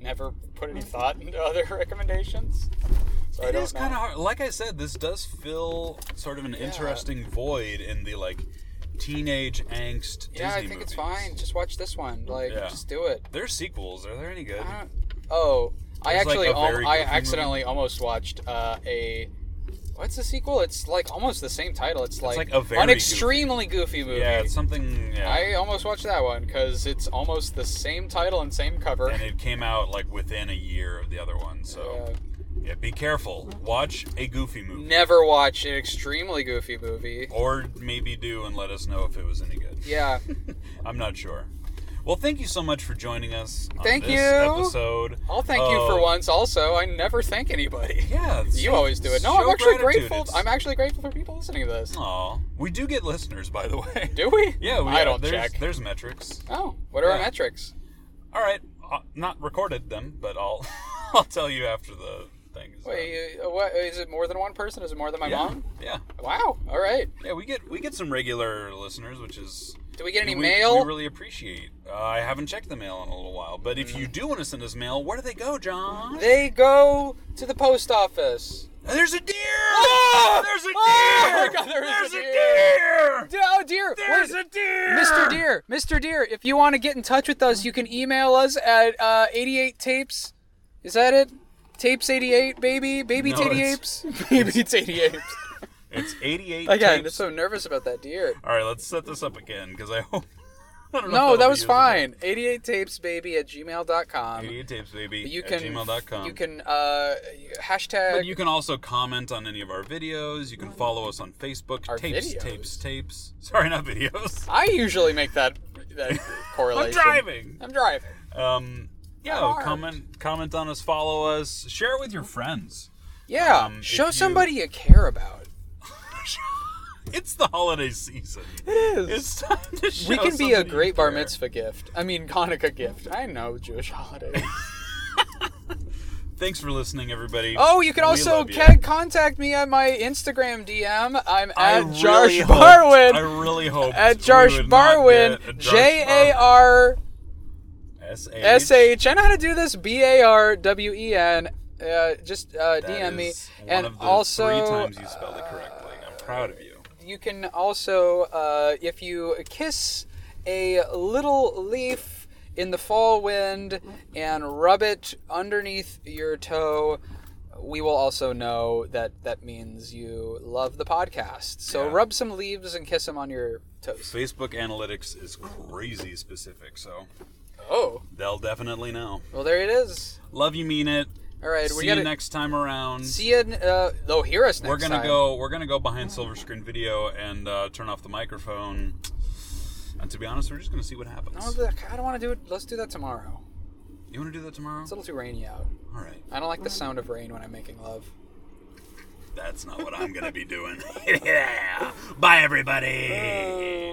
[SPEAKER 2] never put any thought into [laughs] other recommendations. So I
[SPEAKER 1] It
[SPEAKER 2] don't
[SPEAKER 1] is
[SPEAKER 2] know.
[SPEAKER 1] kind of hard. Like I said, this does fill sort of an interesting void in the like teenage angst.
[SPEAKER 2] yeah, I
[SPEAKER 1] Disney
[SPEAKER 2] think it's
[SPEAKER 1] movies.
[SPEAKER 2] fine. Just watch this one. Like,
[SPEAKER 1] Yeah.
[SPEAKER 2] just do it.
[SPEAKER 1] There's sequels. Are there any good?
[SPEAKER 2] I don't- Oh, I
[SPEAKER 1] There's, like,
[SPEAKER 2] actually,
[SPEAKER 1] a
[SPEAKER 2] al-
[SPEAKER 1] very
[SPEAKER 2] I
[SPEAKER 1] Goofy
[SPEAKER 2] accidentally almost watched uh, a. What's the sequel? It's like almost the same title. It's like,
[SPEAKER 1] like a very
[SPEAKER 2] an extremely goofy, movie.
[SPEAKER 1] Yeah, it's something. Yeah.
[SPEAKER 2] I almost watched that one because it's almost the same title and same cover.
[SPEAKER 1] and it came out like within a year of the other one, so
[SPEAKER 2] Yeah.
[SPEAKER 1] yeah, be careful. Watch a goofy movie,
[SPEAKER 2] Never watch an extremely goofy movie.
[SPEAKER 1] or maybe do and let us know if it was any good.
[SPEAKER 2] Yeah.
[SPEAKER 1] I'm not sure. Well, thank you so much for joining us. On
[SPEAKER 2] Thank
[SPEAKER 1] this
[SPEAKER 2] you.
[SPEAKER 1] Episode.
[SPEAKER 2] I'll thank you for
[SPEAKER 1] of-
[SPEAKER 2] once also. I never thank anybody. [laughs]
[SPEAKER 1] Yeah,
[SPEAKER 2] You always do it. No, I'm actually grateful. I'm actually grateful for people listening to this.
[SPEAKER 1] Aw, we do get listeners, by the way. [laughs]
[SPEAKER 2] Do we?
[SPEAKER 1] Yeah, we,
[SPEAKER 2] I don't
[SPEAKER 1] there's,
[SPEAKER 2] check.
[SPEAKER 1] There's metrics.
[SPEAKER 2] Oh, what are our
[SPEAKER 1] Yeah.
[SPEAKER 2] metrics?
[SPEAKER 1] All right, uh, not recorded them, but I'll [laughs] I'll tell you after the thing. is done.
[SPEAKER 2] Wait, uh, what is it more than one person? Is it more than my
[SPEAKER 1] yeah,
[SPEAKER 2] mom?
[SPEAKER 1] yeah,
[SPEAKER 2] Wow. All right.
[SPEAKER 1] yeah. We get we get some regular listeners, which is
[SPEAKER 2] Do we get any
[SPEAKER 1] we,
[SPEAKER 2] mail?
[SPEAKER 1] we really appreciate. Uh, I haven't checked the mail in a little while, but if you do want to send us mail, where do they go, John?
[SPEAKER 2] Mm. They go to the post office.
[SPEAKER 1] There's a deer!
[SPEAKER 2] Ah!
[SPEAKER 1] There's a deer!
[SPEAKER 2] Oh my God, there is
[SPEAKER 1] there's
[SPEAKER 2] a
[SPEAKER 1] a deer!
[SPEAKER 2] deer! D- Oh dear.
[SPEAKER 1] There's
[SPEAKER 2] Wait,
[SPEAKER 1] a deer!
[SPEAKER 2] Mr. Deer, Mr. Deer, if you want to get in touch with us, you can email us at uh, 88 tapes. Is that it? Tapes 88, baby, baby
[SPEAKER 1] No,
[SPEAKER 2] titty
[SPEAKER 1] it's-
[SPEAKER 2] apes,
[SPEAKER 1] [laughs]
[SPEAKER 2] baby titty apes.
[SPEAKER 1] It's 88
[SPEAKER 2] Again, I'm
[SPEAKER 1] tapes.
[SPEAKER 2] so nervous about that deer.
[SPEAKER 1] All right, let's set this up again because I [laughs] hope. I don't know
[SPEAKER 2] No,
[SPEAKER 1] if
[SPEAKER 2] that
[SPEAKER 1] that'll
[SPEAKER 2] was
[SPEAKER 1] be usable.
[SPEAKER 2] fine. 88 tapes, baby, at gmail.com.
[SPEAKER 1] 88 tapes, baby.
[SPEAKER 2] You
[SPEAKER 1] at
[SPEAKER 2] can
[SPEAKER 1] gmail.com.
[SPEAKER 2] you can uh, hashtag
[SPEAKER 1] But you can also comment on any of our videos. You can follow us on Facebook.
[SPEAKER 2] Our
[SPEAKER 1] tapes,
[SPEAKER 2] videos?
[SPEAKER 1] tapes, tapes. [laughs] Sorry, not videos.
[SPEAKER 2] I usually make that that correlation.
[SPEAKER 1] [laughs] I'm driving.
[SPEAKER 2] I'm driving.
[SPEAKER 1] Um, yeah,
[SPEAKER 2] I'm armed.
[SPEAKER 1] comment comment on us, follow us, share it with your friends. [laughs]
[SPEAKER 2] Yeah.
[SPEAKER 1] Um, if
[SPEAKER 2] show
[SPEAKER 1] you-
[SPEAKER 2] somebody you care about.
[SPEAKER 1] It's the holiday season. It
[SPEAKER 2] is.
[SPEAKER 1] It's time to show
[SPEAKER 2] we can be a
[SPEAKER 1] somebody you
[SPEAKER 2] great bar
[SPEAKER 1] care.
[SPEAKER 2] mitzvah gift. I mean, Hanukkah gift. I know Jewish holidays.
[SPEAKER 1] [laughs] Thanks for listening, everybody.
[SPEAKER 2] oh, you can
[SPEAKER 1] We
[SPEAKER 2] also
[SPEAKER 1] love you.
[SPEAKER 2] can contact me at my Instagram DM. I'm
[SPEAKER 1] I
[SPEAKER 2] at
[SPEAKER 1] really
[SPEAKER 2] Josh
[SPEAKER 1] hoped- I
[SPEAKER 2] Barwin.
[SPEAKER 1] really hope
[SPEAKER 2] At
[SPEAKER 1] we
[SPEAKER 2] Josh
[SPEAKER 1] would not get
[SPEAKER 2] Barwin. J A R
[SPEAKER 1] S A
[SPEAKER 2] S H. I know how to do this. B A R W E N. Uh, Just uh,
[SPEAKER 1] That
[SPEAKER 2] DM me.
[SPEAKER 1] is one
[SPEAKER 2] And
[SPEAKER 1] of the
[SPEAKER 2] also,
[SPEAKER 1] three times you spelled it correctly. I'm proud of you.
[SPEAKER 2] you can also, uh, if you kiss a little leaf in the fall wind and rub it underneath your toe, we will also know that that means you love the podcast. So
[SPEAKER 1] Yeah.
[SPEAKER 2] rub some leaves and kiss them on your toes.
[SPEAKER 1] Facebook analytics is crazy specific, so
[SPEAKER 2] Oh,
[SPEAKER 1] they'll definitely know.
[SPEAKER 2] well, there it is.
[SPEAKER 1] Love you, mean it.
[SPEAKER 2] All right, we
[SPEAKER 1] See
[SPEAKER 2] gotta
[SPEAKER 1] you next time around.
[SPEAKER 2] see you. Uh, they'll hear us next
[SPEAKER 1] we're gonna
[SPEAKER 2] time.
[SPEAKER 1] go. We're gonna go behind silver screen video and uh, turn off the microphone. And to be honest, we're just gonna see what happens.
[SPEAKER 2] Oh, look, I don't want to do it. Let's do that tomorrow.
[SPEAKER 1] You want to do that tomorrow?
[SPEAKER 2] It's a little too rainy out.
[SPEAKER 1] All right.
[SPEAKER 2] I don't like the sound of rain when I'm making love.
[SPEAKER 1] [laughs] That's not what I'm gonna be doing. yeah. Bye, everybody.